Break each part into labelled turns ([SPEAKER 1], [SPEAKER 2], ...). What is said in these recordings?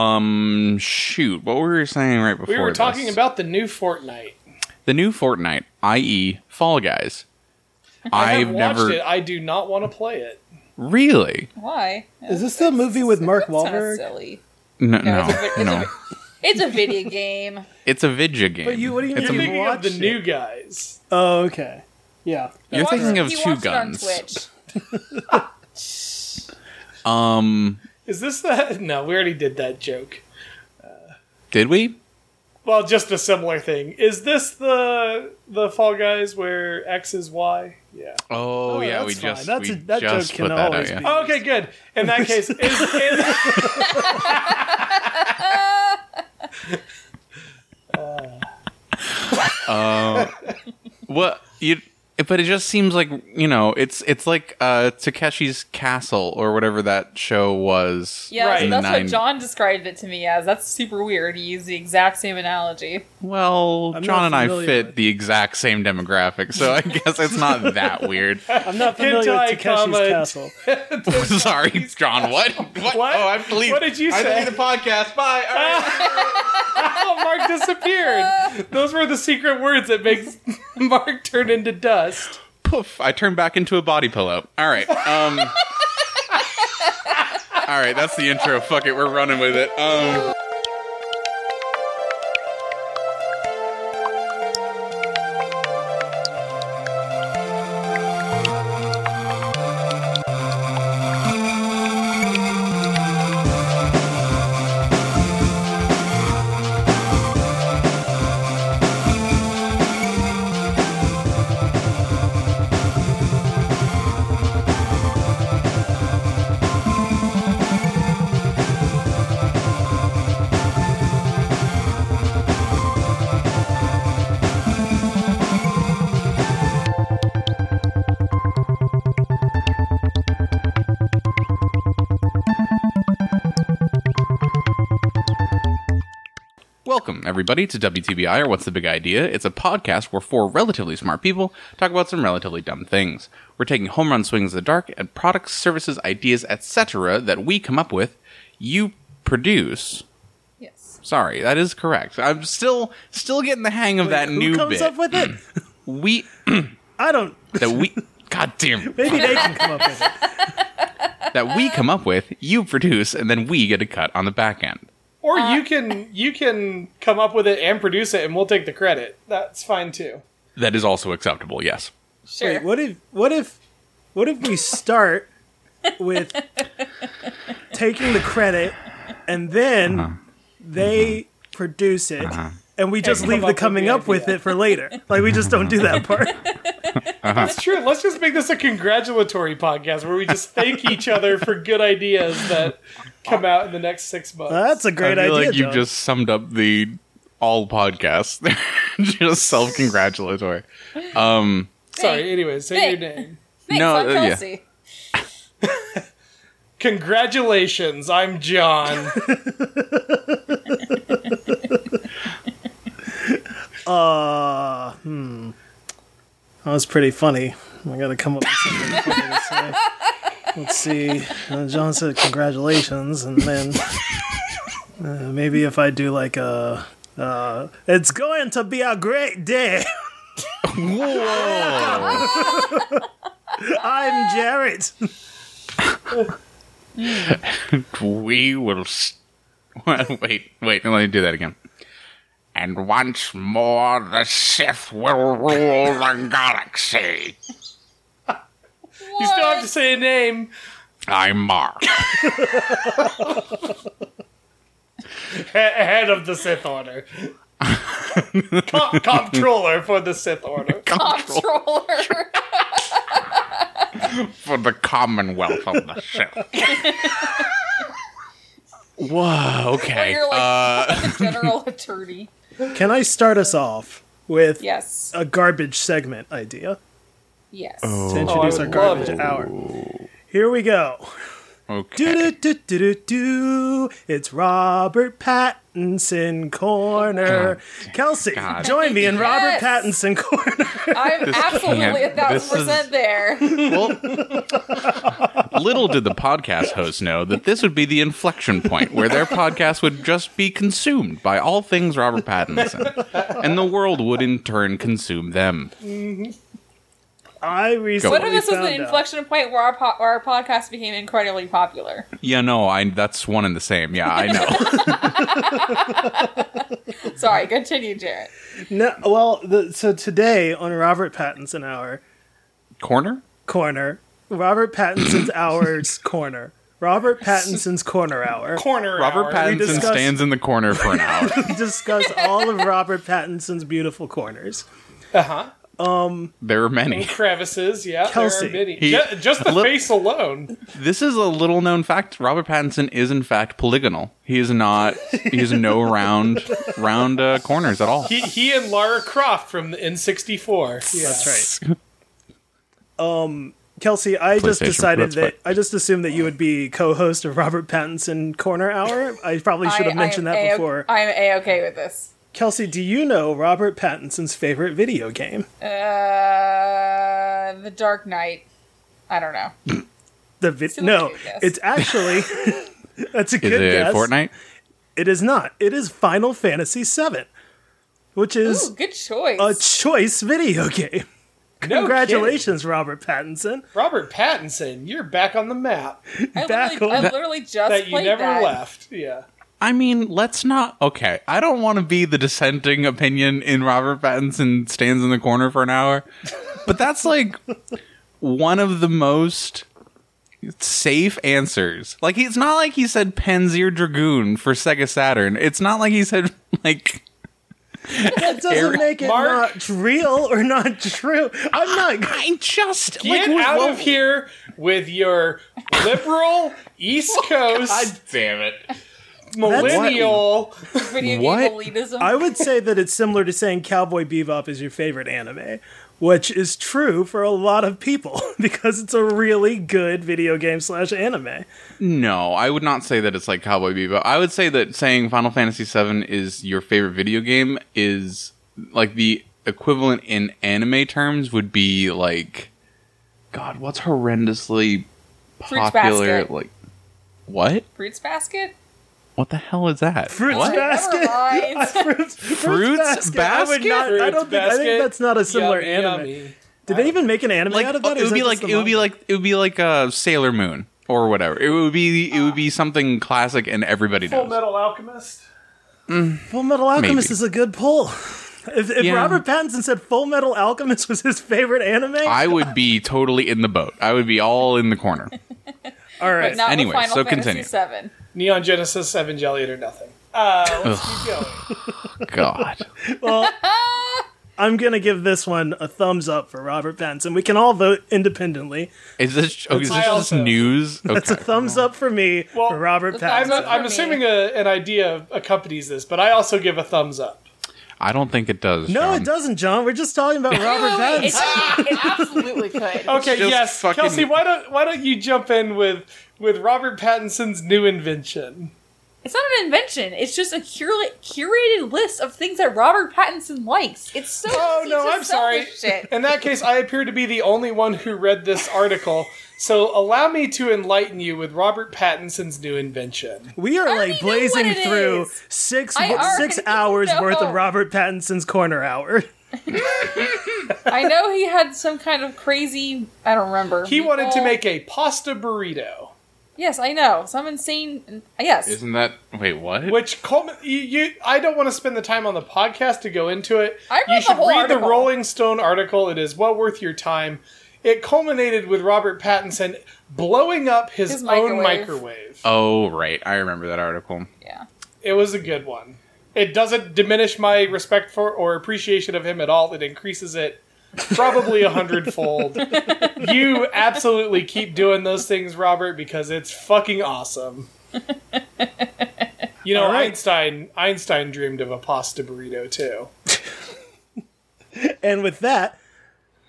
[SPEAKER 1] Um, shoot, what were we saying right before?
[SPEAKER 2] We were
[SPEAKER 1] this?
[SPEAKER 2] talking about the new Fortnite.
[SPEAKER 1] the new Fortnite, i.e., Fall Guys.
[SPEAKER 2] I
[SPEAKER 1] I've
[SPEAKER 2] have watched
[SPEAKER 1] never
[SPEAKER 2] it. I do not want to play it.
[SPEAKER 1] really
[SPEAKER 3] Why?
[SPEAKER 4] Is this the movie with Mark
[SPEAKER 3] That's kinda
[SPEAKER 4] Wahlberg?
[SPEAKER 3] silly.
[SPEAKER 1] no
[SPEAKER 3] No,
[SPEAKER 1] no
[SPEAKER 3] it's a vi- it's a
[SPEAKER 1] no.
[SPEAKER 3] vi- It's a video game.
[SPEAKER 1] It's a vidya game.
[SPEAKER 4] But you- what do you
[SPEAKER 1] It's
[SPEAKER 4] It's
[SPEAKER 2] You're
[SPEAKER 4] a- mean?
[SPEAKER 2] thinking of the
[SPEAKER 4] watch
[SPEAKER 2] new guys.
[SPEAKER 4] Oh, okay. Yeah.
[SPEAKER 1] You're
[SPEAKER 3] Watch-
[SPEAKER 1] thinking of
[SPEAKER 3] he
[SPEAKER 1] two
[SPEAKER 3] watched it
[SPEAKER 1] guns.
[SPEAKER 3] on Twitch.
[SPEAKER 1] Um,
[SPEAKER 2] Is this that? No, we already did that joke.
[SPEAKER 1] did we?
[SPEAKER 2] Well, just a similar thing. Is this the the Fall Guys where X is Y? Yeah.
[SPEAKER 1] Oh,
[SPEAKER 4] Oh,
[SPEAKER 1] yeah,
[SPEAKER 4] that's
[SPEAKER 1] we just
[SPEAKER 4] fine. That's
[SPEAKER 1] we
[SPEAKER 4] a- that joke
[SPEAKER 1] just
[SPEAKER 4] can
[SPEAKER 1] put that
[SPEAKER 4] always
[SPEAKER 1] out.
[SPEAKER 4] be-
[SPEAKER 1] Yeah.
[SPEAKER 2] Oh, Okay, good. In that case, is, is
[SPEAKER 1] What you? But it just seems like you know, it's it's like uh, Takeshi's Castle or whatever that show was.
[SPEAKER 3] Yeah,
[SPEAKER 2] Right.
[SPEAKER 3] so that's
[SPEAKER 1] Nine.
[SPEAKER 3] what John described it to me as. That's super weird. He used the exact same analogy.
[SPEAKER 1] Well,
[SPEAKER 4] I'm
[SPEAKER 1] John
[SPEAKER 4] not
[SPEAKER 1] and I
[SPEAKER 4] familiar
[SPEAKER 1] fit
[SPEAKER 4] with-
[SPEAKER 1] the exact same demographic, so I guess it's not that weird.
[SPEAKER 4] I'm not familiar
[SPEAKER 2] Hentai
[SPEAKER 4] with Takeshi's
[SPEAKER 2] comment.
[SPEAKER 4] Castle.
[SPEAKER 1] Sorry, John. What? What?
[SPEAKER 2] What?
[SPEAKER 1] Oh, I'm leaving.
[SPEAKER 2] What did you
[SPEAKER 1] I'm
[SPEAKER 2] say?
[SPEAKER 1] leaving the podcast. Bye. All right.
[SPEAKER 2] oh, Mark disappeared. Those were the secret words that makes Mark turn into dust.
[SPEAKER 1] poof, I turn back into a body pillow. All right. Um All right, that's the intro. Fuck it, we're running with it. Um Welcome, everybody, to WTBI, or What's the Big Idea? It's a podcast where four relatively smart people talk about some relatively dumb things. We're taking home run swings in the dark at products, services, ideas, etc. that we come up with, you produce.
[SPEAKER 3] Yes.
[SPEAKER 1] Sorry, that is correct. I'm still still getting the hang of that
[SPEAKER 4] Who
[SPEAKER 1] new
[SPEAKER 4] comes
[SPEAKER 1] bit.
[SPEAKER 4] up with it?
[SPEAKER 1] we
[SPEAKER 4] I don't.
[SPEAKER 1] that we God damn it.
[SPEAKER 4] Maybe they can come up with it.
[SPEAKER 1] that we come up with, you produce, and then we get a cut on the back end.
[SPEAKER 2] Or you can you can come up with it and produce it, and we'll take the credit. That's fine too.
[SPEAKER 1] That is also acceptable, yes.
[SPEAKER 3] Sure.
[SPEAKER 4] Wait, what if what if what if we start with taking the credit and then
[SPEAKER 1] Uh-huh.
[SPEAKER 4] they
[SPEAKER 1] Mm-hmm.
[SPEAKER 4] produce it and we just
[SPEAKER 2] come
[SPEAKER 4] leave
[SPEAKER 2] up
[SPEAKER 4] the
[SPEAKER 2] with
[SPEAKER 4] coming
[SPEAKER 2] the
[SPEAKER 4] up with
[SPEAKER 2] idea.
[SPEAKER 4] it for later. Like we just don't do that part.
[SPEAKER 1] Uh-huh.
[SPEAKER 2] That's true. Let's just make this a congratulatory podcast where we just thank each other for good ideas that come out in the next six months.
[SPEAKER 4] That's a great
[SPEAKER 1] I feel
[SPEAKER 4] idea.
[SPEAKER 1] like you
[SPEAKER 4] John.
[SPEAKER 1] just summed up the all podcasts. just self congratulatory. Um
[SPEAKER 2] Sorry. Anyways, say your name.
[SPEAKER 3] Thanks,
[SPEAKER 1] No,
[SPEAKER 3] I'm
[SPEAKER 1] uh, yeah.
[SPEAKER 3] Kelsey.
[SPEAKER 2] Congratulations, I'm John.
[SPEAKER 4] Uh, hmm. That was pretty funny. I gotta come up with something funny to say. Let's see. Uh, John said congratulations, and then uh, maybe if I do like a. Uh, it's going to be a great day.
[SPEAKER 1] Whoa.
[SPEAKER 4] I'm Jarrett.
[SPEAKER 1] we will s wait, wait, let me do that again. And once more the Sith will rule the galaxy.
[SPEAKER 2] You still have to say a name.
[SPEAKER 1] I'm Mark.
[SPEAKER 2] He- head of the Sith Order. Com- comptroller for the Sith Order.
[SPEAKER 3] Comptroller.
[SPEAKER 1] for the Commonwealth of the Sith. Whoa, okay.
[SPEAKER 3] You're like
[SPEAKER 1] uh,
[SPEAKER 3] the general attorney.
[SPEAKER 4] Can I start us off with
[SPEAKER 3] Yes.
[SPEAKER 4] a garbage segment idea
[SPEAKER 3] Yes.
[SPEAKER 1] Oh.
[SPEAKER 4] to introduce
[SPEAKER 2] Oh, I would
[SPEAKER 4] our
[SPEAKER 2] love
[SPEAKER 4] garbage
[SPEAKER 2] it.
[SPEAKER 4] hour? Here we go.
[SPEAKER 1] Uh, Okay.
[SPEAKER 4] Do do do do do. It's Robert Pattinson corner. Kelsey,
[SPEAKER 1] God.
[SPEAKER 4] join me in Robert
[SPEAKER 3] Yes.
[SPEAKER 4] Pattinson corner.
[SPEAKER 3] I'm absolutely a
[SPEAKER 1] can't-
[SPEAKER 3] thousand
[SPEAKER 1] this is-
[SPEAKER 3] percent there.
[SPEAKER 1] Well, little did the podcast host know that this would be the inflection point where their podcast would just be consumed by all things Robert Pattinson, and the world would in turn consume them.
[SPEAKER 4] I recently
[SPEAKER 1] What
[SPEAKER 3] What if this was
[SPEAKER 4] found
[SPEAKER 3] the inflection point where our, po- our podcast became incredibly popular?
[SPEAKER 1] Yeah, no, I that's one and the same. Yeah, I know.
[SPEAKER 3] Sorry, continue, Jarrett.
[SPEAKER 4] out. No, well, the, so today on Robert Pattinson Hour
[SPEAKER 1] Corner?
[SPEAKER 4] corner, Robert Pattinson's hours corner, Robert Pattinson's corner hour.
[SPEAKER 2] Corner
[SPEAKER 1] Robert
[SPEAKER 2] hour.
[SPEAKER 1] Pattinson
[SPEAKER 4] discussed-
[SPEAKER 1] stands in the corner for an hour.
[SPEAKER 4] We discuss all of Robert Pattinson's beautiful corners.
[SPEAKER 2] Uh huh.
[SPEAKER 1] There are many.
[SPEAKER 2] Crevices. Yeah. There
[SPEAKER 4] Kelsey,
[SPEAKER 2] are many.
[SPEAKER 1] he-
[SPEAKER 2] Ju- just the
[SPEAKER 1] Look-
[SPEAKER 2] face alone.
[SPEAKER 1] This is a little known fact. Robert Pattinson is in fact polygonal. He is not. He has no round round uh, corners at all.
[SPEAKER 2] He, he and Lara Croft from the N64. Yeah.
[SPEAKER 4] That's right. Um, Kelsey, I just
[SPEAKER 1] PlayStation,
[SPEAKER 4] decided
[SPEAKER 1] that's
[SPEAKER 4] that
[SPEAKER 1] fine.
[SPEAKER 4] I just assumed that you would be co-host of Robert Pattinson Corner Hour. I probably should
[SPEAKER 3] I-
[SPEAKER 4] have mentioned
[SPEAKER 3] I am
[SPEAKER 4] that
[SPEAKER 3] A-
[SPEAKER 4] before.
[SPEAKER 3] I am a okay with this.
[SPEAKER 4] Kelsey, do you know Robert Pattinson's favorite video game?
[SPEAKER 3] Uh, the Dark Knight. I don't know.
[SPEAKER 4] The vi-
[SPEAKER 3] Still a
[SPEAKER 4] no,
[SPEAKER 3] good guess.
[SPEAKER 4] it's actually that's a
[SPEAKER 1] Is
[SPEAKER 4] good
[SPEAKER 1] it
[SPEAKER 4] guess.
[SPEAKER 1] Fortnite?
[SPEAKER 4] It is not. It is Final Fantasy VII, which is
[SPEAKER 3] Ooh, good choice.
[SPEAKER 4] a choice video game.
[SPEAKER 2] No
[SPEAKER 4] Congratulations, Robert Pattinson.
[SPEAKER 2] kidding. Robert Pattinson, you're back on the map
[SPEAKER 3] I
[SPEAKER 4] back
[SPEAKER 3] literally, I
[SPEAKER 4] on-
[SPEAKER 3] literally just
[SPEAKER 2] that you
[SPEAKER 3] played
[SPEAKER 2] never
[SPEAKER 3] that.
[SPEAKER 2] left. Yeah.
[SPEAKER 1] I mean, let's not. Okay, I don't want to be the dissenting opinion in Robert Pattinson stands in the corner for an hour, but that's like one of the most safe answers. Like, it's not like he said Panzer Dragoon for Sega Saturn. It's not like he said like
[SPEAKER 4] That doesn't
[SPEAKER 1] Eric-
[SPEAKER 4] make it
[SPEAKER 2] Mark-
[SPEAKER 4] not real or not true. I'm not.
[SPEAKER 1] I just
[SPEAKER 2] Get
[SPEAKER 1] like,
[SPEAKER 2] out
[SPEAKER 1] whoa-
[SPEAKER 2] of here with your liberal East Coast
[SPEAKER 1] God damn it!
[SPEAKER 2] millennial.
[SPEAKER 3] Video
[SPEAKER 1] What?
[SPEAKER 3] game elitism.
[SPEAKER 4] I would say that it's similar to saying Cowboy Bebop is your favorite anime, which is true for a lot of people because it's a really good video game slash anime.
[SPEAKER 1] No, I would not say that it's like Cowboy Bebop. I would say that saying Final Fantasy VII is your favorite video game is like the equivalent in anime terms would be like, God, what's horrendously
[SPEAKER 3] Fruits
[SPEAKER 1] popular?
[SPEAKER 3] Basket.
[SPEAKER 1] Like, what?
[SPEAKER 3] Fruits Basket.
[SPEAKER 1] What the hell is that?
[SPEAKER 4] Fruits
[SPEAKER 1] what?
[SPEAKER 4] Basket.
[SPEAKER 3] Never mind.
[SPEAKER 4] Fruits,
[SPEAKER 1] Fruits
[SPEAKER 4] I would not.
[SPEAKER 2] Fruits
[SPEAKER 4] I don't think. I
[SPEAKER 2] Basket.
[SPEAKER 4] think that's not a similar
[SPEAKER 2] Yummy,
[SPEAKER 4] anime.
[SPEAKER 2] yummy.
[SPEAKER 4] Did they even make an anime
[SPEAKER 1] Like,
[SPEAKER 4] out of that?
[SPEAKER 1] it would be like it would be like it would be like uh, Sailor Moon or whatever. It would be it would be something classic and everybody
[SPEAKER 2] Full
[SPEAKER 1] knows.
[SPEAKER 2] Metal Alchemist.
[SPEAKER 4] Full Metal Alchemist
[SPEAKER 1] Maybe.
[SPEAKER 4] is a good pull. If, if
[SPEAKER 1] Yeah.
[SPEAKER 4] Robert Pattinson said Full Metal Alchemist was his favorite anime,
[SPEAKER 1] I would be totally in the boat. I would be all in the corner.
[SPEAKER 4] all right.
[SPEAKER 3] But not
[SPEAKER 1] Anyway,
[SPEAKER 3] with Final
[SPEAKER 1] so
[SPEAKER 3] Fantasy
[SPEAKER 1] continue.
[SPEAKER 3] Seven.
[SPEAKER 2] Neon Genesis Evangelion or nothing. Uh, let's keep going.
[SPEAKER 1] God.
[SPEAKER 4] Well, I'm gonna give this one a thumbs up for Robert Pattinson. We can all vote independently.
[SPEAKER 1] Is this oh, is this
[SPEAKER 2] I
[SPEAKER 1] just
[SPEAKER 2] also-
[SPEAKER 1] news? Okay.
[SPEAKER 4] It's a thumbs up for me
[SPEAKER 2] Well,
[SPEAKER 4] for Robert
[SPEAKER 2] I'm,
[SPEAKER 4] Pattinson.
[SPEAKER 3] a-
[SPEAKER 2] I'm assuming a, an idea accompanies this, but I also give a thumbs up.
[SPEAKER 1] I don't think it does.
[SPEAKER 4] no,
[SPEAKER 1] Sean.
[SPEAKER 4] it doesn't, John. We're just talking about Robert
[SPEAKER 3] Wait, wait, wait,
[SPEAKER 4] Pattinson.
[SPEAKER 3] It, it absolutely could.
[SPEAKER 2] Okay,
[SPEAKER 1] just
[SPEAKER 2] yes,
[SPEAKER 1] fucking-
[SPEAKER 2] Kelsey, why don't why don't you jump in with with Robert Pattinson's new invention?
[SPEAKER 3] It's not an invention. It's just a cura- curated list of things that Robert Pattinson likes. It's so.
[SPEAKER 2] Oh
[SPEAKER 3] easy
[SPEAKER 2] no,
[SPEAKER 3] to
[SPEAKER 2] I'm
[SPEAKER 3] sell
[SPEAKER 2] sorry.
[SPEAKER 3] this Shit.
[SPEAKER 2] In that case, I appear to be the only one who read this article. So allow me to enlighten you with Robert Pattinson's new invention.
[SPEAKER 4] We are
[SPEAKER 3] already
[SPEAKER 4] like
[SPEAKER 3] know what
[SPEAKER 4] blazing
[SPEAKER 3] it
[SPEAKER 4] through
[SPEAKER 3] is.
[SPEAKER 4] six
[SPEAKER 3] I already
[SPEAKER 4] six hours
[SPEAKER 3] know.
[SPEAKER 4] worth of Robert Pattinson's corner hour.
[SPEAKER 3] I know he had some kind of crazy. I don't remember.
[SPEAKER 2] He wanted to
[SPEAKER 3] meatball-
[SPEAKER 2] make a pasta burrito,
[SPEAKER 3] Yes, I know. Some insane. Yes.
[SPEAKER 1] Isn't that wait what?
[SPEAKER 2] which Coleman, you, you I don't want to spend the time on the podcast to go into it.
[SPEAKER 3] I read
[SPEAKER 2] you
[SPEAKER 3] the
[SPEAKER 2] should
[SPEAKER 3] whole
[SPEAKER 2] read the
[SPEAKER 3] article.
[SPEAKER 2] Rolling Stone article. It is well worth your time. It culminated with Robert Pattinson blowing up his,
[SPEAKER 3] His
[SPEAKER 2] own
[SPEAKER 3] microwave.
[SPEAKER 2] microwave.
[SPEAKER 1] Oh right, I remember that article.
[SPEAKER 3] yeah.
[SPEAKER 2] It was a good one. It doesn't diminish my respect for or appreciation of him at all. It increases it probably a hundredfold. you absolutely keep doing those things, Robert, because it's fucking awesome. You know,
[SPEAKER 4] All right.
[SPEAKER 2] Einstein Einstein dreamed of a pasta burrito too.
[SPEAKER 4] And with that,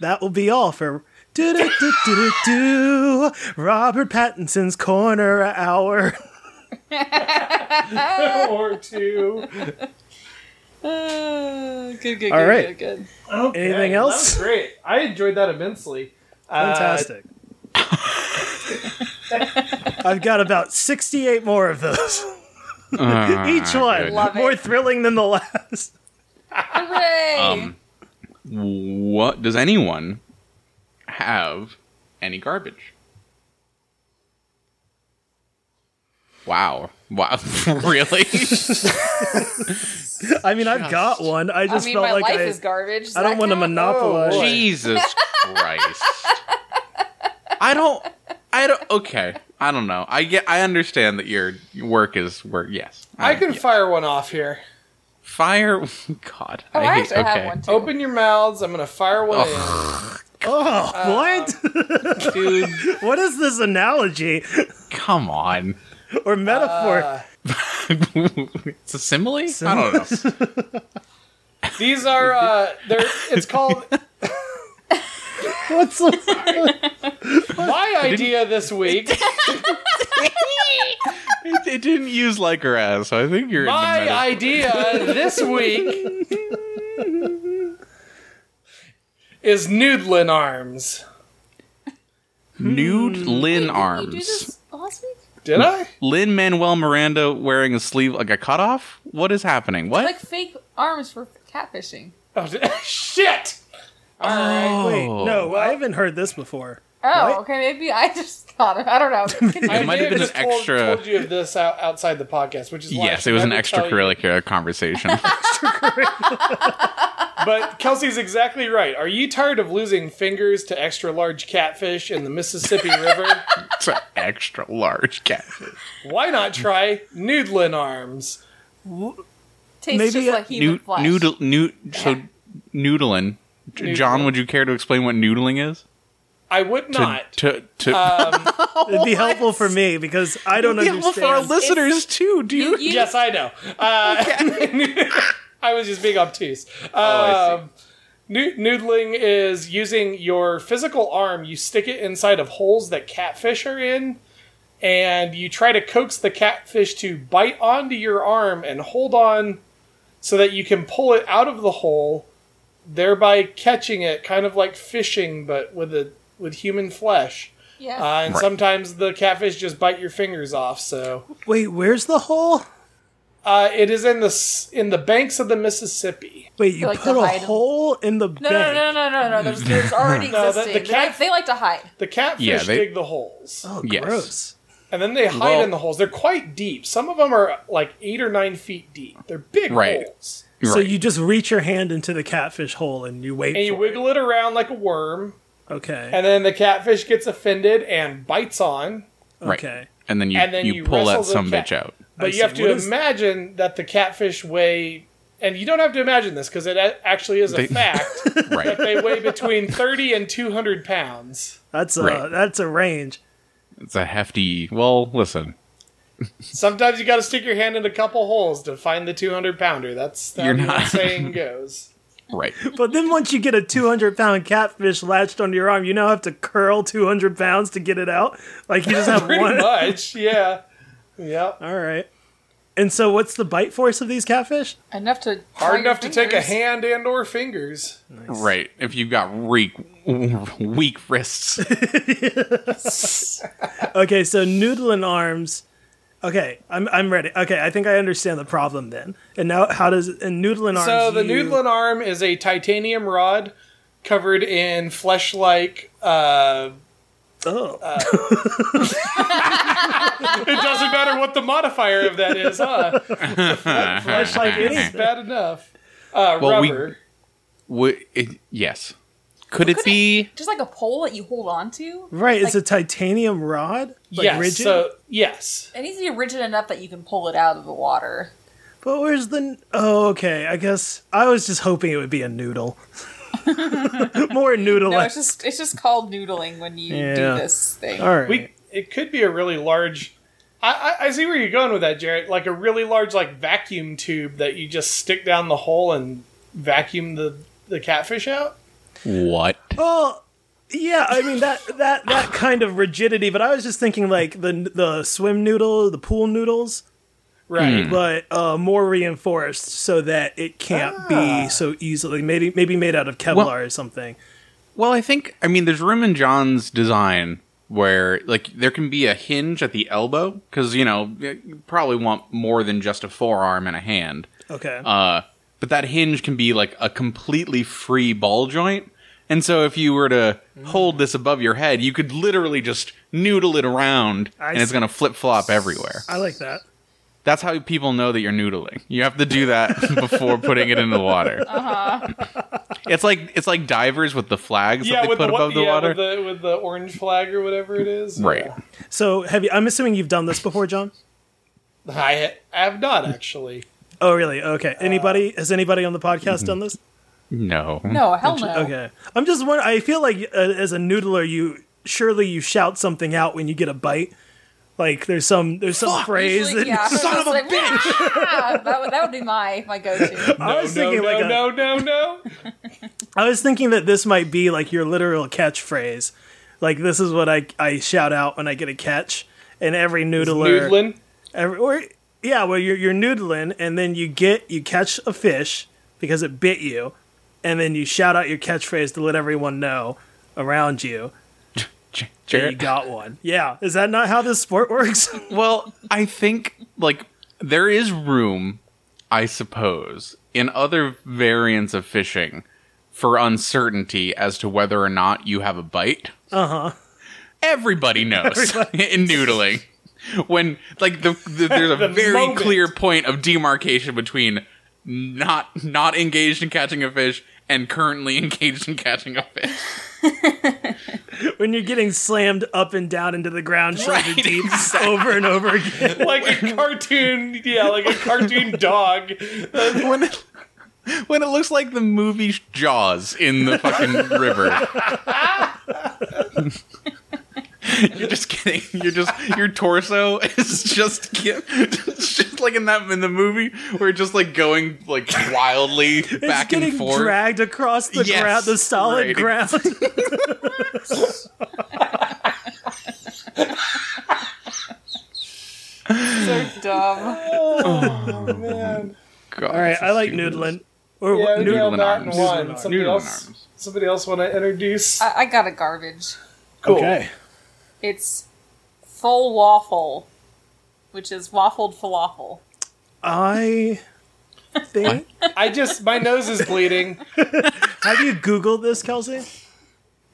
[SPEAKER 4] that will be all for Do do do do do. Robert Pattinson's corner hour.
[SPEAKER 2] or two.
[SPEAKER 3] Uh, good, good,
[SPEAKER 4] All
[SPEAKER 3] good,
[SPEAKER 4] right.
[SPEAKER 3] good, good.
[SPEAKER 2] Okay,
[SPEAKER 4] Anything
[SPEAKER 2] that
[SPEAKER 4] else?
[SPEAKER 2] was great. I enjoyed that immensely. Uh,
[SPEAKER 4] Fantastic.
[SPEAKER 3] Uh,
[SPEAKER 4] I've got about 68 more of those.
[SPEAKER 1] Ah,
[SPEAKER 4] Each one
[SPEAKER 1] good.
[SPEAKER 3] Love
[SPEAKER 4] more
[SPEAKER 3] it.
[SPEAKER 4] thrilling than the last.
[SPEAKER 3] Hooray!
[SPEAKER 1] Um, What does anyone have any garbage? Wow. Wow. really?
[SPEAKER 4] I mean, I've got one. I
[SPEAKER 3] I
[SPEAKER 4] just
[SPEAKER 3] mean,
[SPEAKER 4] felt
[SPEAKER 3] my
[SPEAKER 4] like
[SPEAKER 3] life
[SPEAKER 4] I,
[SPEAKER 3] is garbage. Does
[SPEAKER 4] I don't
[SPEAKER 3] that
[SPEAKER 4] want to
[SPEAKER 3] count?
[SPEAKER 4] monopolize.
[SPEAKER 2] Whoa.
[SPEAKER 1] Jesus Christ. I don't I don't okay. I don't know. I get I understand that your work is work yes.
[SPEAKER 2] I can
[SPEAKER 1] yeah.
[SPEAKER 2] fire one off here.
[SPEAKER 1] fire God.
[SPEAKER 3] Oh, I
[SPEAKER 1] hate-
[SPEAKER 3] actually have one too.
[SPEAKER 2] Open your mouths. I'm going to fire one
[SPEAKER 1] Ugh.
[SPEAKER 4] Oh, what?
[SPEAKER 1] Dude,
[SPEAKER 4] what is this analogy
[SPEAKER 1] come on.
[SPEAKER 4] or metaphor?
[SPEAKER 2] Uh,
[SPEAKER 1] it's a simile? I don't know.
[SPEAKER 2] in. These are, uh, they're, it's called
[SPEAKER 4] What's this?
[SPEAKER 2] My Idea This Week.
[SPEAKER 1] It, it didn't use like or as, so I think you're in
[SPEAKER 2] My
[SPEAKER 1] the meta-
[SPEAKER 2] idea this week is Noodlin Arms.
[SPEAKER 1] nude Lin
[SPEAKER 3] Did Hmm, you do
[SPEAKER 1] arms.
[SPEAKER 3] this last week?
[SPEAKER 2] Did I?
[SPEAKER 1] Lin Manuel Miranda wearing a sleeve like a cutoff? What is happening? What?
[SPEAKER 3] Like fake arms for catfishing.
[SPEAKER 2] Oh, did- shit! Alright.
[SPEAKER 1] Oh.
[SPEAKER 4] Wait, no, I haven't heard this before.
[SPEAKER 3] Oh,
[SPEAKER 4] What?
[SPEAKER 3] okay. Maybe I just thought of. I don't know.
[SPEAKER 2] I
[SPEAKER 1] It might
[SPEAKER 2] may
[SPEAKER 1] have been
[SPEAKER 2] just
[SPEAKER 1] an
[SPEAKER 2] told,
[SPEAKER 1] extra-
[SPEAKER 2] told you of this out, outside the podcast, which is why I
[SPEAKER 1] yes,
[SPEAKER 2] should
[SPEAKER 1] it was an
[SPEAKER 2] never tell you.
[SPEAKER 1] extracurricular conversation.
[SPEAKER 2] But Kelsey's exactly right. Are you tired of losing fingers to extra large catfish in the Mississippi River?
[SPEAKER 1] it's an extra large cat.
[SPEAKER 2] Why not try Noodlin Arms?
[SPEAKER 3] Tastes
[SPEAKER 4] Maybe
[SPEAKER 3] just
[SPEAKER 4] a
[SPEAKER 3] like human
[SPEAKER 1] Nood,
[SPEAKER 3] flesh.
[SPEAKER 1] noodle, nood, so noodling. J- John,
[SPEAKER 2] Noodling.
[SPEAKER 1] would you care to explain what noodling is?
[SPEAKER 2] I would
[SPEAKER 1] To-
[SPEAKER 2] not.
[SPEAKER 1] To, to,
[SPEAKER 4] It'd be helpful for me because I don't
[SPEAKER 1] Yeah, well, for our
[SPEAKER 4] understand.
[SPEAKER 1] listeners too, dude.
[SPEAKER 3] You-
[SPEAKER 2] Yes, I know. Uh, I was just being obtuse.
[SPEAKER 1] Oh, I see.
[SPEAKER 2] Um, nu- noodling is using your physical arm. You stick it inside of holes that catfish are in, and you try to coax the catfish to bite onto your arm and hold on, so that you can pull it out of the hole, thereby catching it, kind of like fishing, but with a with human flesh.
[SPEAKER 3] Yeah.
[SPEAKER 2] Uh, and
[SPEAKER 1] Right.
[SPEAKER 2] sometimes the catfish just bite your fingers off. So.
[SPEAKER 4] Wait, where's the hole?
[SPEAKER 2] Uh, it is in the s- in the banks of the Mississippi.
[SPEAKER 4] Wait, you
[SPEAKER 3] like
[SPEAKER 4] put
[SPEAKER 3] to
[SPEAKER 4] a
[SPEAKER 3] hide 'em.
[SPEAKER 4] hole in the
[SPEAKER 3] no,
[SPEAKER 4] bank.
[SPEAKER 3] no, no, no, no, no. There's, there's already
[SPEAKER 2] No, the- the
[SPEAKER 3] existing. They like-
[SPEAKER 2] cat-
[SPEAKER 3] they, like to hide.
[SPEAKER 2] The catfish
[SPEAKER 1] Yeah, they-
[SPEAKER 2] dig the holes,
[SPEAKER 4] Oh,
[SPEAKER 1] Yes.
[SPEAKER 4] gross.
[SPEAKER 2] and then they hide
[SPEAKER 1] Well-
[SPEAKER 2] in the holes. They're quite deep. Some of them are like eight or nine feet deep. They're big
[SPEAKER 1] Right.
[SPEAKER 2] holes,
[SPEAKER 4] So
[SPEAKER 1] Right.
[SPEAKER 4] you just reach your hand into the catfish hole and you wait.
[SPEAKER 2] and you
[SPEAKER 4] for
[SPEAKER 2] wiggle it around like a worm.
[SPEAKER 4] It. Okay.
[SPEAKER 2] And then the catfish gets offended and bites on.
[SPEAKER 1] Right.
[SPEAKER 4] okay.
[SPEAKER 1] and then you,
[SPEAKER 2] and then
[SPEAKER 1] you,
[SPEAKER 2] you
[SPEAKER 1] pull that
[SPEAKER 2] wrestle the
[SPEAKER 1] some
[SPEAKER 2] cat.
[SPEAKER 1] bitch out.
[SPEAKER 2] But
[SPEAKER 4] I
[SPEAKER 2] you have
[SPEAKER 4] see.
[SPEAKER 2] to
[SPEAKER 4] What is-
[SPEAKER 2] imagine that the catfish weigh, and you don't have to imagine this because it a- actually is a
[SPEAKER 1] They-
[SPEAKER 2] fact.
[SPEAKER 1] Right.
[SPEAKER 2] they weigh between thirty and two hundred pounds.
[SPEAKER 4] That's a
[SPEAKER 1] Right.
[SPEAKER 4] that's a range.
[SPEAKER 1] It's a hefty. Well, listen,
[SPEAKER 2] Sometimes you got to stick your hand in a couple holes to find the 200 pounder. That's how
[SPEAKER 1] You're
[SPEAKER 2] the
[SPEAKER 1] not-
[SPEAKER 2] saying goes.
[SPEAKER 1] right?
[SPEAKER 4] But then once you get a 200 pound catfish latched onto your arm, you now have to curl 200 pounds to get it out. Like you just have
[SPEAKER 2] Pretty
[SPEAKER 4] one.
[SPEAKER 2] much, yeah. Yep.
[SPEAKER 4] All right. And so, what's the bite force of these catfish?
[SPEAKER 3] Enough to
[SPEAKER 2] Hard enough to take a hand and or fingers.
[SPEAKER 1] Right. If you've got weak, weak wrists,
[SPEAKER 4] Okay, so noodling arms. Okay, I'm I'm ready. Okay, I think I understand the problem then. And now, how does and noodling arms?
[SPEAKER 2] So the
[SPEAKER 4] you-
[SPEAKER 2] noodlin arm is a titanium rod covered in flesh-like. Uh,
[SPEAKER 4] Oh,
[SPEAKER 2] it doesn't matter what the modifier of that is, huh?
[SPEAKER 4] flesh like
[SPEAKER 2] It's
[SPEAKER 4] anything.
[SPEAKER 2] bad enough. Uh,
[SPEAKER 1] Well, we-
[SPEAKER 2] rubber.
[SPEAKER 1] Would it, yes. Could it
[SPEAKER 3] could
[SPEAKER 1] be?
[SPEAKER 3] Just like a pole that you hold on to.
[SPEAKER 4] Right, it's a titanium rod. Like
[SPEAKER 2] yes.
[SPEAKER 4] rigid.
[SPEAKER 2] So yes.
[SPEAKER 3] It needs to be rigid enough that you can pull it out of the water.
[SPEAKER 4] But where's the? Oh, okay. I guess I was just hoping it would be a noodle. More noodle.
[SPEAKER 3] No, it's just it's just called noodling when you
[SPEAKER 4] Yeah.
[SPEAKER 3] do this thing.
[SPEAKER 4] All right.
[SPEAKER 2] We it could be a really large. I, I, I see where you're going with that, Jared. Like a really large like vacuum tube that you just stick down the hole and vacuum the the catfish out.
[SPEAKER 1] What?
[SPEAKER 4] well, Yeah, I mean that that that kind of rigidity. But I was just thinking like the the swim noodle, the pool noodles,
[SPEAKER 1] Hmm.
[SPEAKER 2] Right.
[SPEAKER 4] but uh, more reinforced so that it can't be so easily maybe maybe made out of Kevlar
[SPEAKER 1] Well-
[SPEAKER 4] or something.
[SPEAKER 1] Well, I think I mean there's room in John's design where like there can be a hinge at the elbow because you know you probably want more than just a forearm and a hand.
[SPEAKER 4] Okay.
[SPEAKER 1] Uh, but that hinge can be like a completely free ball joint. And so if you were to hold this above your head, you could literally just noodle it around
[SPEAKER 4] I
[SPEAKER 1] and it's
[SPEAKER 4] see.
[SPEAKER 1] going to flip flop everywhere.
[SPEAKER 4] I like that.
[SPEAKER 1] That's how people know that you're noodling. You have to do that before putting it in the water. Uh-huh. It's like it's like divers with the flags that
[SPEAKER 2] Yeah,
[SPEAKER 1] they
[SPEAKER 2] with
[SPEAKER 1] put
[SPEAKER 2] the, wa-
[SPEAKER 1] above the
[SPEAKER 2] yeah,
[SPEAKER 1] water.
[SPEAKER 2] With the with the orange flag or whatever it is.
[SPEAKER 1] Right.
[SPEAKER 4] So have you? I'm assuming you've done this before, John.
[SPEAKER 2] Yeah. I ha- I have not actually.
[SPEAKER 4] Oh, really? Okay. Anybody? has anybody on the podcast done this?
[SPEAKER 1] No.
[SPEAKER 3] No, hell no.
[SPEAKER 4] Okay. I'm just wondering. I feel like uh, as a noodler, you surely you shout something out when you get a bite. Like there's some there's some phrase.
[SPEAKER 3] Usually,
[SPEAKER 4] that-
[SPEAKER 3] yeah,
[SPEAKER 1] Son
[SPEAKER 3] it's
[SPEAKER 1] of a
[SPEAKER 3] like, "Wah!" that, would, that would be my my go-to.
[SPEAKER 4] I was
[SPEAKER 2] no,
[SPEAKER 4] thinking
[SPEAKER 2] no,
[SPEAKER 4] like a-
[SPEAKER 2] no, no, no.
[SPEAKER 4] I was thinking that this might be like your literal catchphrase. Like this is what I I shout out when I get a catch, and every noodler,
[SPEAKER 2] Noodlin.
[SPEAKER 4] every or yeah, well you're you're noodling, and then you get you catch a fish because it bit you, and then you shout out your catchphrase to let everyone know around you
[SPEAKER 1] J-
[SPEAKER 4] that
[SPEAKER 1] Jared-
[SPEAKER 4] you got one. Yeah, is that not how this sport works?
[SPEAKER 1] Well, I think like there is room, I suppose, in other variants of fishing for uncertainty as to whether or not you have a bite. Uh-huh. Everybody knows in noodling. When like the, the there's a
[SPEAKER 2] The
[SPEAKER 1] very
[SPEAKER 2] moment.
[SPEAKER 1] clear point of demarcation between not not engaged in catching a fish and currently engaged in catching a fish.
[SPEAKER 4] when you're getting slammed up and down into the ground, shoulder
[SPEAKER 1] Right,
[SPEAKER 4] deep, over and over again.
[SPEAKER 2] Like a cartoon, yeah, like a cartoon dog.
[SPEAKER 1] when it, when it looks like the movie Jaws in the fucking river. you're just kidding. You're just your torso is just it's just like in that in the movie where it's just like going like wildly back
[SPEAKER 4] it's getting
[SPEAKER 1] and forth.
[SPEAKER 4] dragged across the
[SPEAKER 1] Yes,
[SPEAKER 4] ground, the solid
[SPEAKER 1] right.
[SPEAKER 4] ground.
[SPEAKER 3] so dumb.
[SPEAKER 2] Man.
[SPEAKER 1] God,
[SPEAKER 4] All right,
[SPEAKER 1] this
[SPEAKER 4] I
[SPEAKER 1] is
[SPEAKER 4] like
[SPEAKER 1] stupid.
[SPEAKER 4] noodling. Or
[SPEAKER 2] Yeah,
[SPEAKER 4] what-
[SPEAKER 2] yeah.
[SPEAKER 4] noodle.
[SPEAKER 1] Noodling
[SPEAKER 2] that
[SPEAKER 1] arms. Noodling
[SPEAKER 2] one.
[SPEAKER 1] arms.
[SPEAKER 2] Something
[SPEAKER 1] Noodling
[SPEAKER 2] else?
[SPEAKER 1] arms.
[SPEAKER 2] Somebody else want to introduce?
[SPEAKER 3] I, I got a garbage.
[SPEAKER 2] Cool.
[SPEAKER 3] It's full waffle, which is waffled falafel.
[SPEAKER 4] I think.
[SPEAKER 2] I just my nose is bleeding.
[SPEAKER 4] Have you Googled this, Kelsey?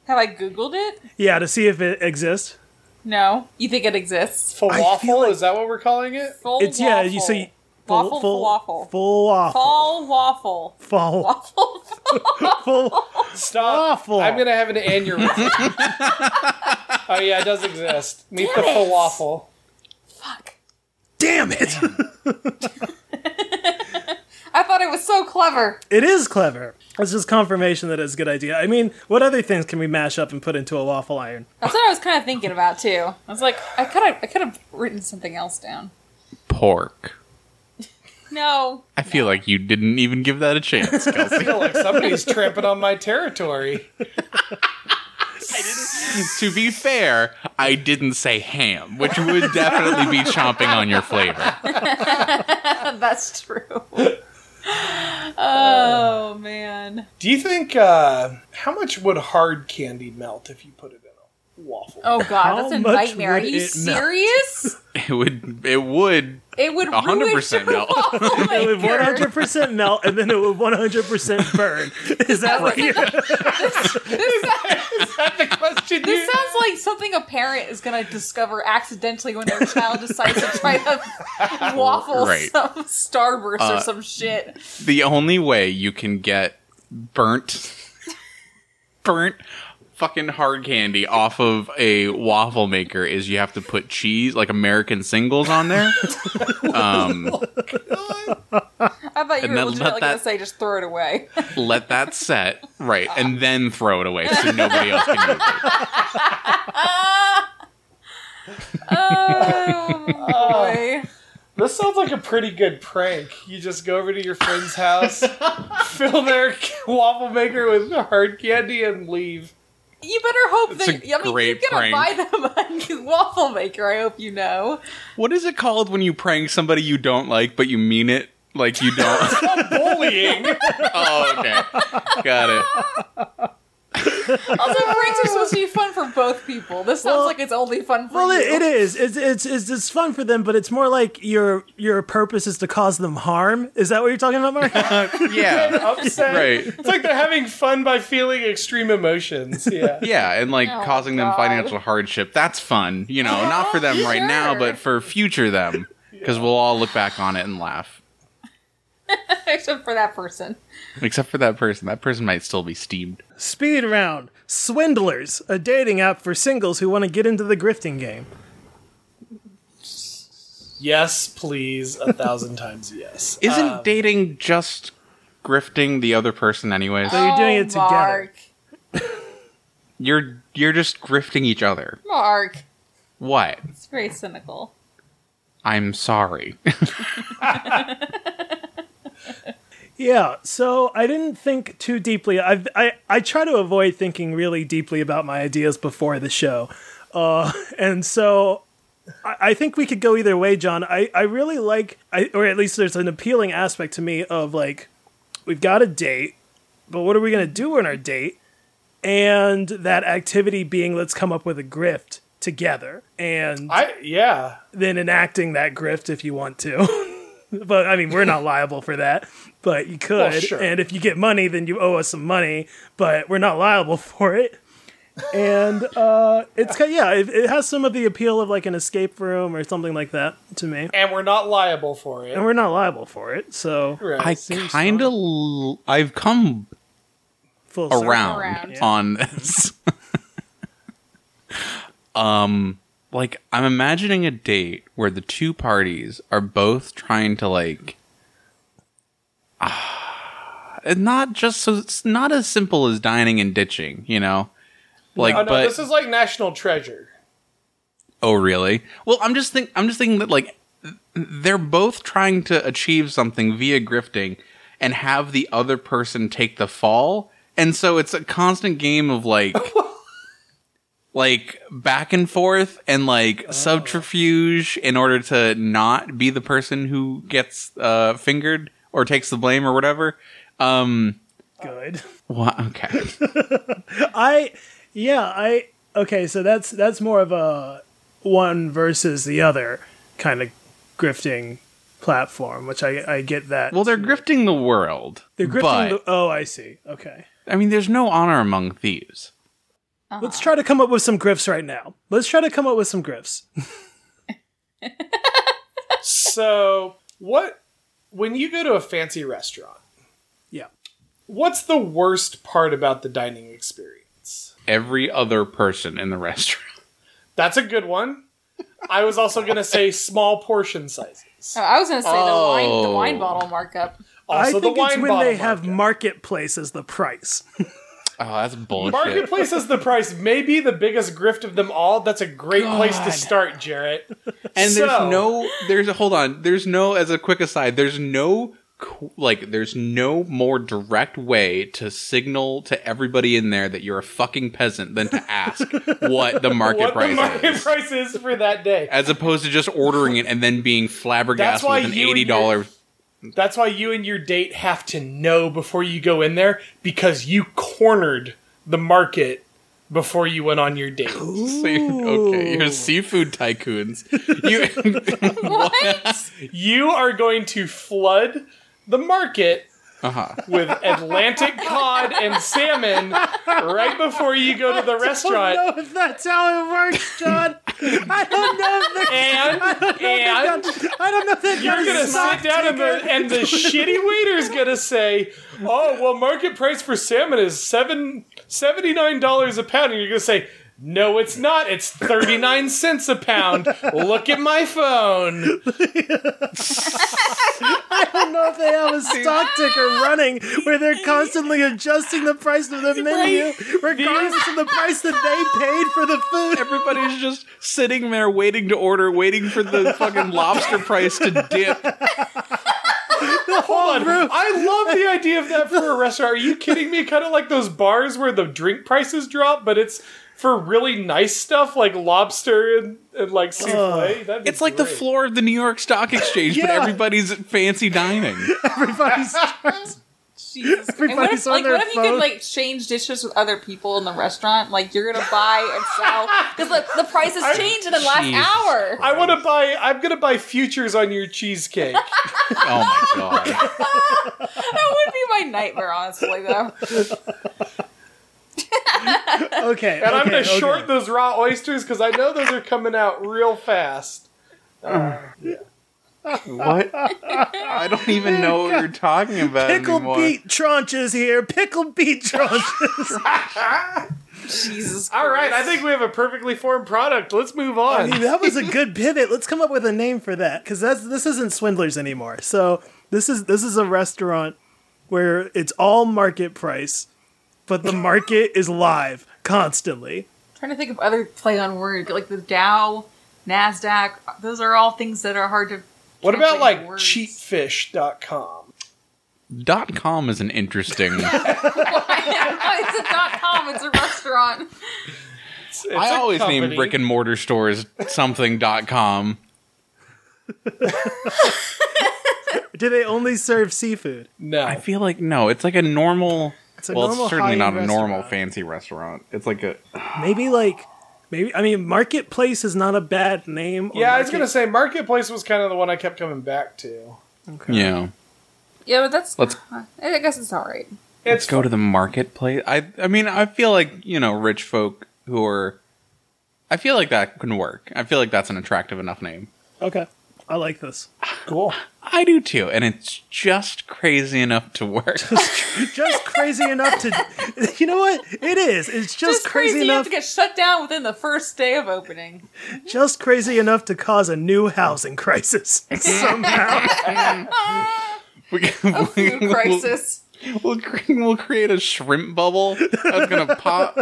[SPEAKER 3] Have I googled it?
[SPEAKER 4] Yeah, to see if it exists.
[SPEAKER 3] No. You think it exists?
[SPEAKER 2] Falafel is that what we're calling it?
[SPEAKER 3] Full
[SPEAKER 4] It's
[SPEAKER 3] waffle.
[SPEAKER 4] yeah. You see,
[SPEAKER 3] waffle falafel.
[SPEAKER 4] full waffle,
[SPEAKER 3] Fall waffle.
[SPEAKER 4] full
[SPEAKER 3] Waffle.
[SPEAKER 4] full.
[SPEAKER 2] Stop.
[SPEAKER 4] Falafel.
[SPEAKER 2] I'm gonna have an aneurysm. oh yeah, it does exist. Meet the
[SPEAKER 3] Damn it.
[SPEAKER 2] falafel.
[SPEAKER 3] Fuck.
[SPEAKER 4] Damn it!
[SPEAKER 3] I thought it was so clever.
[SPEAKER 4] It is clever. It's just confirmation that it's a good idea. I mean, what other things can we mash up and put into a waffle iron?
[SPEAKER 3] That's what I was kind of thinking about too. I was like, I could have, I could have written something else down.
[SPEAKER 1] Pork.
[SPEAKER 3] No,
[SPEAKER 1] I feel like you didn't even give that a chance,
[SPEAKER 2] I
[SPEAKER 1] Kelsey.
[SPEAKER 2] feel like somebody's tramping on my territory.
[SPEAKER 1] to be fair, I didn't say ham, which would definitely be chomping on your flavor.
[SPEAKER 3] that's true. oh man.
[SPEAKER 2] Do you think uh, how much would hard candy melt if you put it in a waffle?
[SPEAKER 3] Oh god,
[SPEAKER 4] How
[SPEAKER 3] that's a
[SPEAKER 4] much
[SPEAKER 3] nightmare. Are
[SPEAKER 4] would
[SPEAKER 3] you
[SPEAKER 4] it melt?
[SPEAKER 3] serious?
[SPEAKER 1] It would. It would.
[SPEAKER 3] It would
[SPEAKER 1] hundred
[SPEAKER 3] ruin
[SPEAKER 1] percent
[SPEAKER 3] your Oh,
[SPEAKER 1] melt.
[SPEAKER 3] waffle
[SPEAKER 4] It would
[SPEAKER 3] maker.
[SPEAKER 4] 100% melt, and then it would 100% burn. Is that what you
[SPEAKER 3] This, sounds,
[SPEAKER 2] Is that the question?
[SPEAKER 3] this
[SPEAKER 2] you-
[SPEAKER 3] sounds like something a parent is going to discover accidentally when their child decides to try to waffle
[SPEAKER 1] Right. Uh,
[SPEAKER 3] some starburst or some shit.
[SPEAKER 1] The only way you can get burnt, burnt, fucking hard candy off of a waffle maker is you have to put cheese, like American singles, on there. um,
[SPEAKER 3] I
[SPEAKER 1] And
[SPEAKER 3] thought you were
[SPEAKER 1] then let
[SPEAKER 3] legitimately going
[SPEAKER 1] that-
[SPEAKER 3] to say just throw it away.
[SPEAKER 1] let that set right, and then throw it away so nobody else can use it.
[SPEAKER 3] Oh boy.
[SPEAKER 2] This sounds like a pretty good prank. You just go over to your friend's house, fill their waffle maker with hard candy, and leave.
[SPEAKER 3] You better hope
[SPEAKER 1] It's
[SPEAKER 3] that.
[SPEAKER 1] a
[SPEAKER 3] I mean,
[SPEAKER 1] great
[SPEAKER 3] you're gonna
[SPEAKER 1] prank.
[SPEAKER 3] buy them a waffle maker. I hope you know.
[SPEAKER 1] What is it called when you prank somebody you don't like, but you mean it like you don't?
[SPEAKER 2] Bullying.
[SPEAKER 1] oh, okay. Got it.
[SPEAKER 3] Also, pranks are supposed to be fun for both people. This sounds
[SPEAKER 4] Well-
[SPEAKER 3] like it's only fun for
[SPEAKER 4] Well,
[SPEAKER 3] you.
[SPEAKER 4] it, it is. It's, it's it's it's fun for them, but it's more like your your purpose is to cause them harm. Is that what you're talking about, Mark?
[SPEAKER 1] Yeah.
[SPEAKER 2] upset.
[SPEAKER 1] Right.
[SPEAKER 2] It's like they're having fun by feeling extreme emotions. Yeah.
[SPEAKER 1] Yeah, and like
[SPEAKER 3] Oh,
[SPEAKER 1] causing them
[SPEAKER 3] God.
[SPEAKER 1] financial hardship. That's fun. You know, not for them right now,
[SPEAKER 3] sure.
[SPEAKER 1] but for future them. Because we'll all look back on it and laugh.
[SPEAKER 3] Except for that person.
[SPEAKER 1] Except for that person. That person might still be steamed.
[SPEAKER 4] Speed round: Swindlers, a dating app for singles who want to get into the grifting game.
[SPEAKER 2] Yes, please, a thousand times yes.
[SPEAKER 1] Isn't
[SPEAKER 2] Um,
[SPEAKER 1] dating just grifting the other person anyways?
[SPEAKER 4] So you're doing
[SPEAKER 3] Oh,
[SPEAKER 4] it together.
[SPEAKER 3] Mark.
[SPEAKER 1] You're you're just grifting each other.
[SPEAKER 3] Mark.
[SPEAKER 1] What?
[SPEAKER 3] It's very cynical.
[SPEAKER 1] I'm sorry.
[SPEAKER 4] Yeah, so I didn't think too deeply. I've, I I try to avoid thinking really deeply about my ideas before the show, uh, and so I, I think we could go either way, John. I I really like, I, or at least there's an appealing aspect to me of like, we've got a date, but what are we gonna do on our date? And that activity being let's come up with a grift together, and
[SPEAKER 2] I yeah.
[SPEAKER 4] then enacting that grift if you want to. but I mean, we're not liable for that. But you could,
[SPEAKER 2] Well, sure.
[SPEAKER 4] and if you get money, then you owe us some money. But we're not liable for it. And uh, it's kind yeah, it, it has some of the appeal of like an escape room or something like that to me.
[SPEAKER 2] And we're not liable for
[SPEAKER 4] And
[SPEAKER 2] it.
[SPEAKER 4] we're not liable for it, so
[SPEAKER 2] Right.
[SPEAKER 1] I kind of l- I've come
[SPEAKER 4] full circle.
[SPEAKER 1] around,
[SPEAKER 3] Around.
[SPEAKER 1] on this. um, like I'm imagining a date where the two parties are both trying to like, ah, and not just so it's not as simple as dining and ditching, you know. Like,
[SPEAKER 2] oh no,
[SPEAKER 1] but
[SPEAKER 2] this is like national treasure.
[SPEAKER 1] oh really? Well, I'm just think I'm just thinking that like they're both trying to achieve something via grifting and have the other person take the fall. And so it's a constant game of like like back and forth and
[SPEAKER 4] Oh.
[SPEAKER 1] like subterfuge in order to not be the person who gets uh fingered or takes the blame or whatever. Um
[SPEAKER 4] Good.
[SPEAKER 1] what okay.
[SPEAKER 4] I yeah, I okay, so that's that's more of a one versus the other kind of grifting platform, which I I get that.
[SPEAKER 1] Well, they're grifting the world.
[SPEAKER 4] They're grifting
[SPEAKER 1] but,
[SPEAKER 4] the, oh, I see. Okay.
[SPEAKER 1] I mean there's no honor among thieves.
[SPEAKER 4] Let's try to come up with some grifts right now. Let's try to come up with some grifts.
[SPEAKER 2] So what when you go to a fancy restaurant,
[SPEAKER 4] Yeah.
[SPEAKER 2] what's the worst part about the dining experience?
[SPEAKER 1] Every other person in the restaurant.
[SPEAKER 2] That's a good one. I was also gonna say small portion sizes.
[SPEAKER 3] Oh, I was going to say
[SPEAKER 1] Oh.
[SPEAKER 3] the, wine, the wine bottle markup.
[SPEAKER 4] I
[SPEAKER 2] Also,
[SPEAKER 4] think
[SPEAKER 2] the wine
[SPEAKER 4] it's when
[SPEAKER 2] bottle
[SPEAKER 4] they have
[SPEAKER 2] markup.
[SPEAKER 4] marketplace as the price.
[SPEAKER 1] Oh, that's bullshit.
[SPEAKER 2] Marketplace is the price, maybe the biggest grift of them all. That's a great place to start, Jarrett.
[SPEAKER 1] and
[SPEAKER 2] So-
[SPEAKER 1] there's no, there's hold on, there's no. As a quick aside, there's no qu- like, there's no more direct way to signal to everybody in there that you're a fucking peasant than to ask what the market
[SPEAKER 2] what
[SPEAKER 1] price
[SPEAKER 2] the market
[SPEAKER 1] is.
[SPEAKER 2] price is for that day.
[SPEAKER 1] as opposed to just ordering it and then being flabbergasted
[SPEAKER 2] why
[SPEAKER 1] with an
[SPEAKER 2] you and
[SPEAKER 1] eighty dollar.
[SPEAKER 2] That's why you and your date have to know before you go in there because you cornered the market before you went on your date.
[SPEAKER 1] Okay, you're seafood tycoons. You,
[SPEAKER 3] What?
[SPEAKER 2] You are going to flood the market
[SPEAKER 1] uh-huh.
[SPEAKER 2] with Atlantic cod and salmon right before you go to the
[SPEAKER 4] I
[SPEAKER 2] restaurant.
[SPEAKER 4] don't know if that's how it works, John. I don't know if
[SPEAKER 2] And
[SPEAKER 4] they
[SPEAKER 2] and
[SPEAKER 4] I don't know if that
[SPEAKER 2] You're gonna
[SPEAKER 4] stock
[SPEAKER 2] sit down and the, and the shitty waiter's gonna say, "Oh, well, market price for salmon is seven seventy nine dollars a pound," and you're gonna say, "No, it's not. It's thirty nine cents a pound. Look at my phone."
[SPEAKER 4] I don't know if they have a stock ticker running where they're constantly adjusting the price of the menu regardless of the price that they paid for the food.
[SPEAKER 1] Everybody's just sitting there waiting to order, waiting for the fucking lobster price to dip.
[SPEAKER 2] Hold on. I love the idea of that for a restaurant. Are you kidding me? Kind of like those bars where the drink prices drop, but it's for really nice stuff like lobster and, and like souffle. That'd be
[SPEAKER 1] It's like the
[SPEAKER 2] great.
[SPEAKER 1] floor of the New York Stock Exchange, but
[SPEAKER 4] Yeah.
[SPEAKER 1] everybody's at fancy dining.
[SPEAKER 4] Everybody's
[SPEAKER 3] Jesus. And what
[SPEAKER 4] Everybody's
[SPEAKER 3] if,
[SPEAKER 4] on
[SPEAKER 3] like,
[SPEAKER 4] their
[SPEAKER 3] what if you
[SPEAKER 4] phone.
[SPEAKER 3] could like change dishes with other people in the restaurant? Like you're gonna buy and sell because like, the prices change in the last
[SPEAKER 1] Jesus.
[SPEAKER 3] hour.
[SPEAKER 2] I want to buy. I'm gonna buy futures on your cheesecake.
[SPEAKER 1] Oh my god.
[SPEAKER 3] That would be my nightmare, honestly. Though
[SPEAKER 4] okay.
[SPEAKER 2] And I'm
[SPEAKER 4] okay,
[SPEAKER 2] gonna
[SPEAKER 4] okay.
[SPEAKER 2] short those raw oysters because I know those are coming out real fast.
[SPEAKER 1] What? I don't even know what you're talking about
[SPEAKER 4] pickle
[SPEAKER 1] anymore.
[SPEAKER 4] beet tranches here. Pickle beet tranches.
[SPEAKER 3] Jesus.
[SPEAKER 2] All right, I
[SPEAKER 3] Christ.
[SPEAKER 2] think we have a perfectly formed product. Let's move
[SPEAKER 4] I
[SPEAKER 2] on.
[SPEAKER 4] mean, that was a good pivot. Let's come up with a name for that because that's this isn't swindlers anymore. So this is this is a restaurant where it's all market price, but the market is live constantly.
[SPEAKER 3] trying to think of other play on word like the Dow, Nasdaq. Those are all things that are hard to.
[SPEAKER 2] What
[SPEAKER 3] translate
[SPEAKER 2] about like
[SPEAKER 3] into words.
[SPEAKER 2] cheatfish.com?
[SPEAKER 1] Dot com is an interesting.
[SPEAKER 3] it's a dot com. It's a restaurant.
[SPEAKER 2] It's, it's
[SPEAKER 1] I
[SPEAKER 2] a
[SPEAKER 1] always name
[SPEAKER 2] company.
[SPEAKER 1] brick and mortar stores something dot com.
[SPEAKER 4] Do they only serve seafood?
[SPEAKER 2] No.
[SPEAKER 1] I feel like no, it's like a normal.
[SPEAKER 4] It's a
[SPEAKER 1] well,
[SPEAKER 4] normal
[SPEAKER 1] it's certainly not
[SPEAKER 4] high-end
[SPEAKER 1] a normal
[SPEAKER 4] restaurant.
[SPEAKER 1] fancy restaurant. It's like a
[SPEAKER 4] Maybe like maybe I mean marketplace is not a bad name. or
[SPEAKER 2] yeah, I was
[SPEAKER 4] market-
[SPEAKER 2] gonna say marketplace was kind of the one I kept coming back to.
[SPEAKER 4] Okay.
[SPEAKER 1] yeah.
[SPEAKER 3] Yeah, but that's.
[SPEAKER 1] Let's
[SPEAKER 3] I guess it's all right.
[SPEAKER 2] It's
[SPEAKER 1] go to the marketplace. I I mean, I feel like you know rich folk who are. I feel like that can work. I feel like that's an attractive enough name.
[SPEAKER 4] Okay. I like this.
[SPEAKER 2] cool.
[SPEAKER 1] I do too, and it's just crazy enough to work.
[SPEAKER 4] Just crazy enough to You know what? It is. It's just,
[SPEAKER 3] Just crazy, enough
[SPEAKER 4] enough
[SPEAKER 3] to get shut down within the first day of opening.
[SPEAKER 4] just crazy enough to cause a new housing crisis somehow.
[SPEAKER 1] we,
[SPEAKER 3] A food crisis.
[SPEAKER 1] We'll, we'll, cre- we'll create a shrimp bubble that's gonna pop.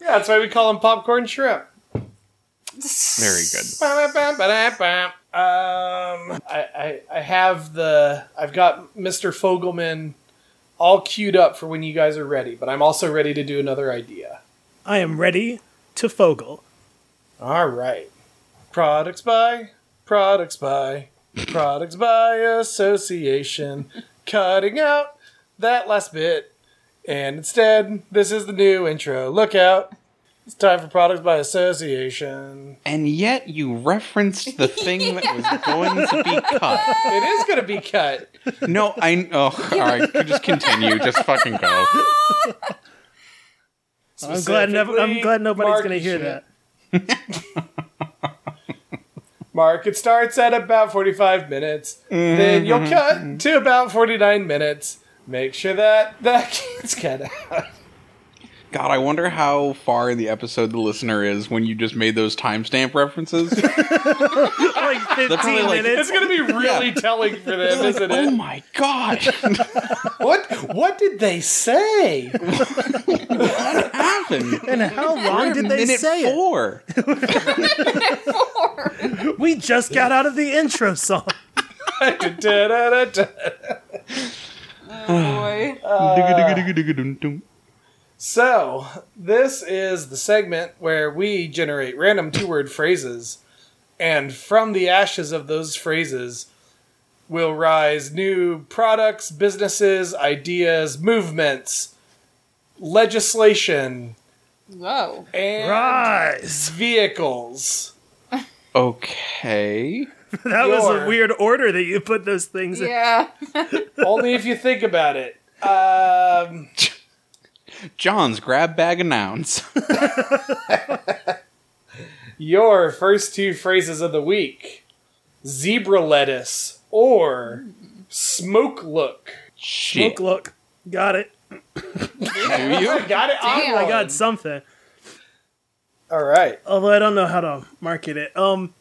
[SPEAKER 2] Yeah, that's why we call them popcorn shrimp.
[SPEAKER 1] Very good.
[SPEAKER 2] Ba-da-ba-ba-da-ba. Um, I, I, I have the I've got Mr. Fogelman all queued up for when you guys are ready, but I'm also ready to do another idea.
[SPEAKER 4] I am ready to fogle.
[SPEAKER 2] All right, products by products by products by association, cutting out that last bit, and instead this is the new intro. Look out! It's time for products by association.
[SPEAKER 1] And yet you referenced the thing that was going to be cut.
[SPEAKER 2] It is going to be cut.
[SPEAKER 1] No, I. Oh, all right. Just continue. Just fucking go.
[SPEAKER 4] I'm glad, nev- I'm glad nobody's going
[SPEAKER 2] market
[SPEAKER 4] to hear
[SPEAKER 2] shit.
[SPEAKER 4] that.
[SPEAKER 2] Market starts at about 45 minutes. Then you'll
[SPEAKER 4] Mm-hmm,
[SPEAKER 2] cut to about 49 minutes. Make sure that that gets cut out.
[SPEAKER 1] God, I wonder how far in the episode the listener is when you just made those timestamp references.
[SPEAKER 4] Like 15
[SPEAKER 1] like-
[SPEAKER 4] minutes.
[SPEAKER 2] It's going to be really telling for them, isn't
[SPEAKER 1] oh
[SPEAKER 2] it?
[SPEAKER 1] my god!
[SPEAKER 2] What What did they say?
[SPEAKER 1] what happened?
[SPEAKER 4] and how long did they
[SPEAKER 1] Minute
[SPEAKER 4] say
[SPEAKER 1] four.
[SPEAKER 4] it? We just got out of the intro song.
[SPEAKER 2] Da-da-da-da.
[SPEAKER 3] Boy.
[SPEAKER 4] Uh,
[SPEAKER 2] so, this is the segment where we generate random two word phrases, and from the ashes of those phrases, will rise new products, businesses, ideas, movements, legislation,
[SPEAKER 3] Whoa.
[SPEAKER 2] and
[SPEAKER 4] Rise.
[SPEAKER 2] vehicles.
[SPEAKER 1] okay.
[SPEAKER 4] That was
[SPEAKER 2] Your-
[SPEAKER 4] a weird order that you put those things in.
[SPEAKER 3] Yeah.
[SPEAKER 2] Only if you think about it. Um,
[SPEAKER 1] John's grab bag of nouns.
[SPEAKER 2] your first two phrases of the week zebra lettuce or smoke look.
[SPEAKER 1] Shit.
[SPEAKER 4] Look, look. Got it.
[SPEAKER 1] Do you?
[SPEAKER 2] Got it? on
[SPEAKER 3] Damn.
[SPEAKER 4] I
[SPEAKER 2] one.
[SPEAKER 4] got something.
[SPEAKER 2] All right.
[SPEAKER 4] Although I don't know how to market it. Um,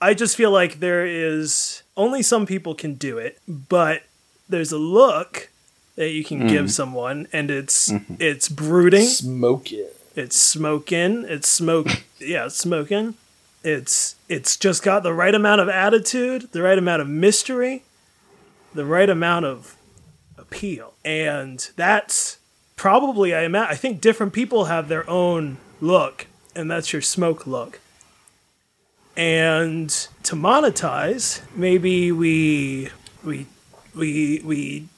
[SPEAKER 4] I just feel like there is only some people can do it, but there's a look that you can give someone, and it's it's brooding.
[SPEAKER 2] Smoke it.
[SPEAKER 4] It's smoking. It's smoke. yeah, it's smoking. It's it's just got the right amount of attitude, the right amount of mystery, the right amount of appeal. And that's probably I ima- I think different people have their own look, and that's your smoke look. And to monetize, maybe we we we we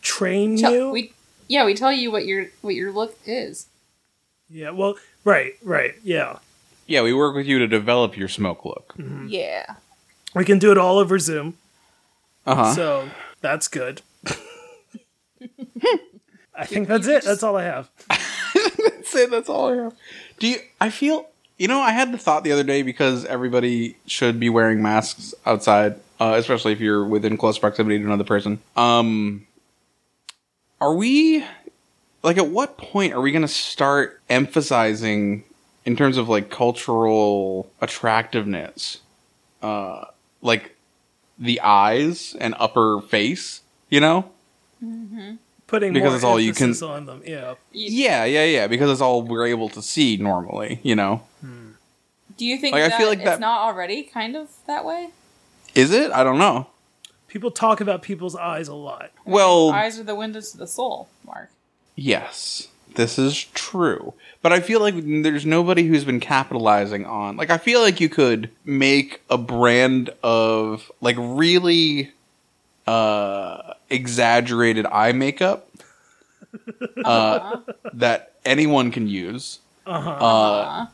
[SPEAKER 4] train
[SPEAKER 3] Tell-
[SPEAKER 4] you.
[SPEAKER 3] we, yeah, we tell you what your what your look is.
[SPEAKER 4] yeah, well, right, right, yeah.
[SPEAKER 1] Yeah, we work with you to develop your smoke look.
[SPEAKER 3] Yeah.
[SPEAKER 4] We can do it all over Zoom,
[SPEAKER 1] Uh huh.
[SPEAKER 4] so that's good. I think that's it. That's all I have.
[SPEAKER 1] say that's all I have. Do you? I feel. You know, I had the thought the other day because everybody should be wearing masks outside, uh, especially if you're within close proximity to another person. Um, are we like at what point are we going to start emphasizing in terms of like cultural attractiveness, uh, like the eyes and upper face? You know,
[SPEAKER 4] Putting
[SPEAKER 1] Because
[SPEAKER 4] more
[SPEAKER 1] it's all you can-
[SPEAKER 4] emphasis on them. Yeah.
[SPEAKER 1] yeah, yeah, yeah, because it's all we're able to see normally. You know.
[SPEAKER 3] Do you think
[SPEAKER 1] Like, I
[SPEAKER 3] that
[SPEAKER 1] feel like
[SPEAKER 3] it's
[SPEAKER 1] that-
[SPEAKER 3] not already kind of that way?
[SPEAKER 1] Is it? I don't know.
[SPEAKER 4] People talk about people's eyes a lot.
[SPEAKER 1] Well,
[SPEAKER 3] Eyes are the windows to the soul, Mark.
[SPEAKER 1] yes, this is true. But I feel like there's nobody who's been capitalizing on. Like, I feel like you could make a brand of, like, really uh, exaggerated eye makeup uh, that anyone can use
[SPEAKER 3] Uh,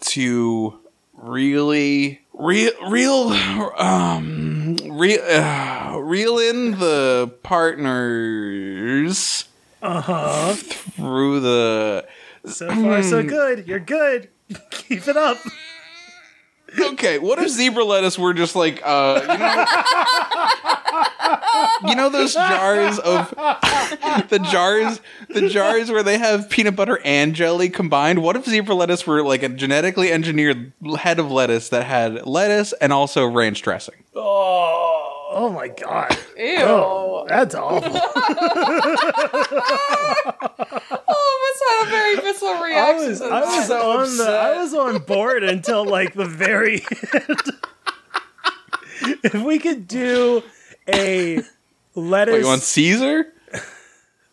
[SPEAKER 1] to really. Real, real, um, real, uh, reel in the partners
[SPEAKER 4] Uh huh.
[SPEAKER 1] through the
[SPEAKER 4] So far, so good. You're good. Keep it up.
[SPEAKER 1] Okay, what if zebra lettuce were just like uh you know, you know those jars of the jars the jars where they have peanut butter and jelly combined? What if zebra lettuce were like a genetically engineered head of lettuce that had lettuce and also ranch dressing?
[SPEAKER 4] Oh, oh my god.
[SPEAKER 3] Ew.
[SPEAKER 4] Oh, that's awful.
[SPEAKER 3] All of us had a very visceral
[SPEAKER 4] I
[SPEAKER 3] reaction.
[SPEAKER 4] was,
[SPEAKER 3] to
[SPEAKER 4] I was
[SPEAKER 3] that.
[SPEAKER 4] on the,
[SPEAKER 2] upset.
[SPEAKER 4] I was on board until like the very end. if we could do a lettuce,
[SPEAKER 1] Wait, you want Caesar?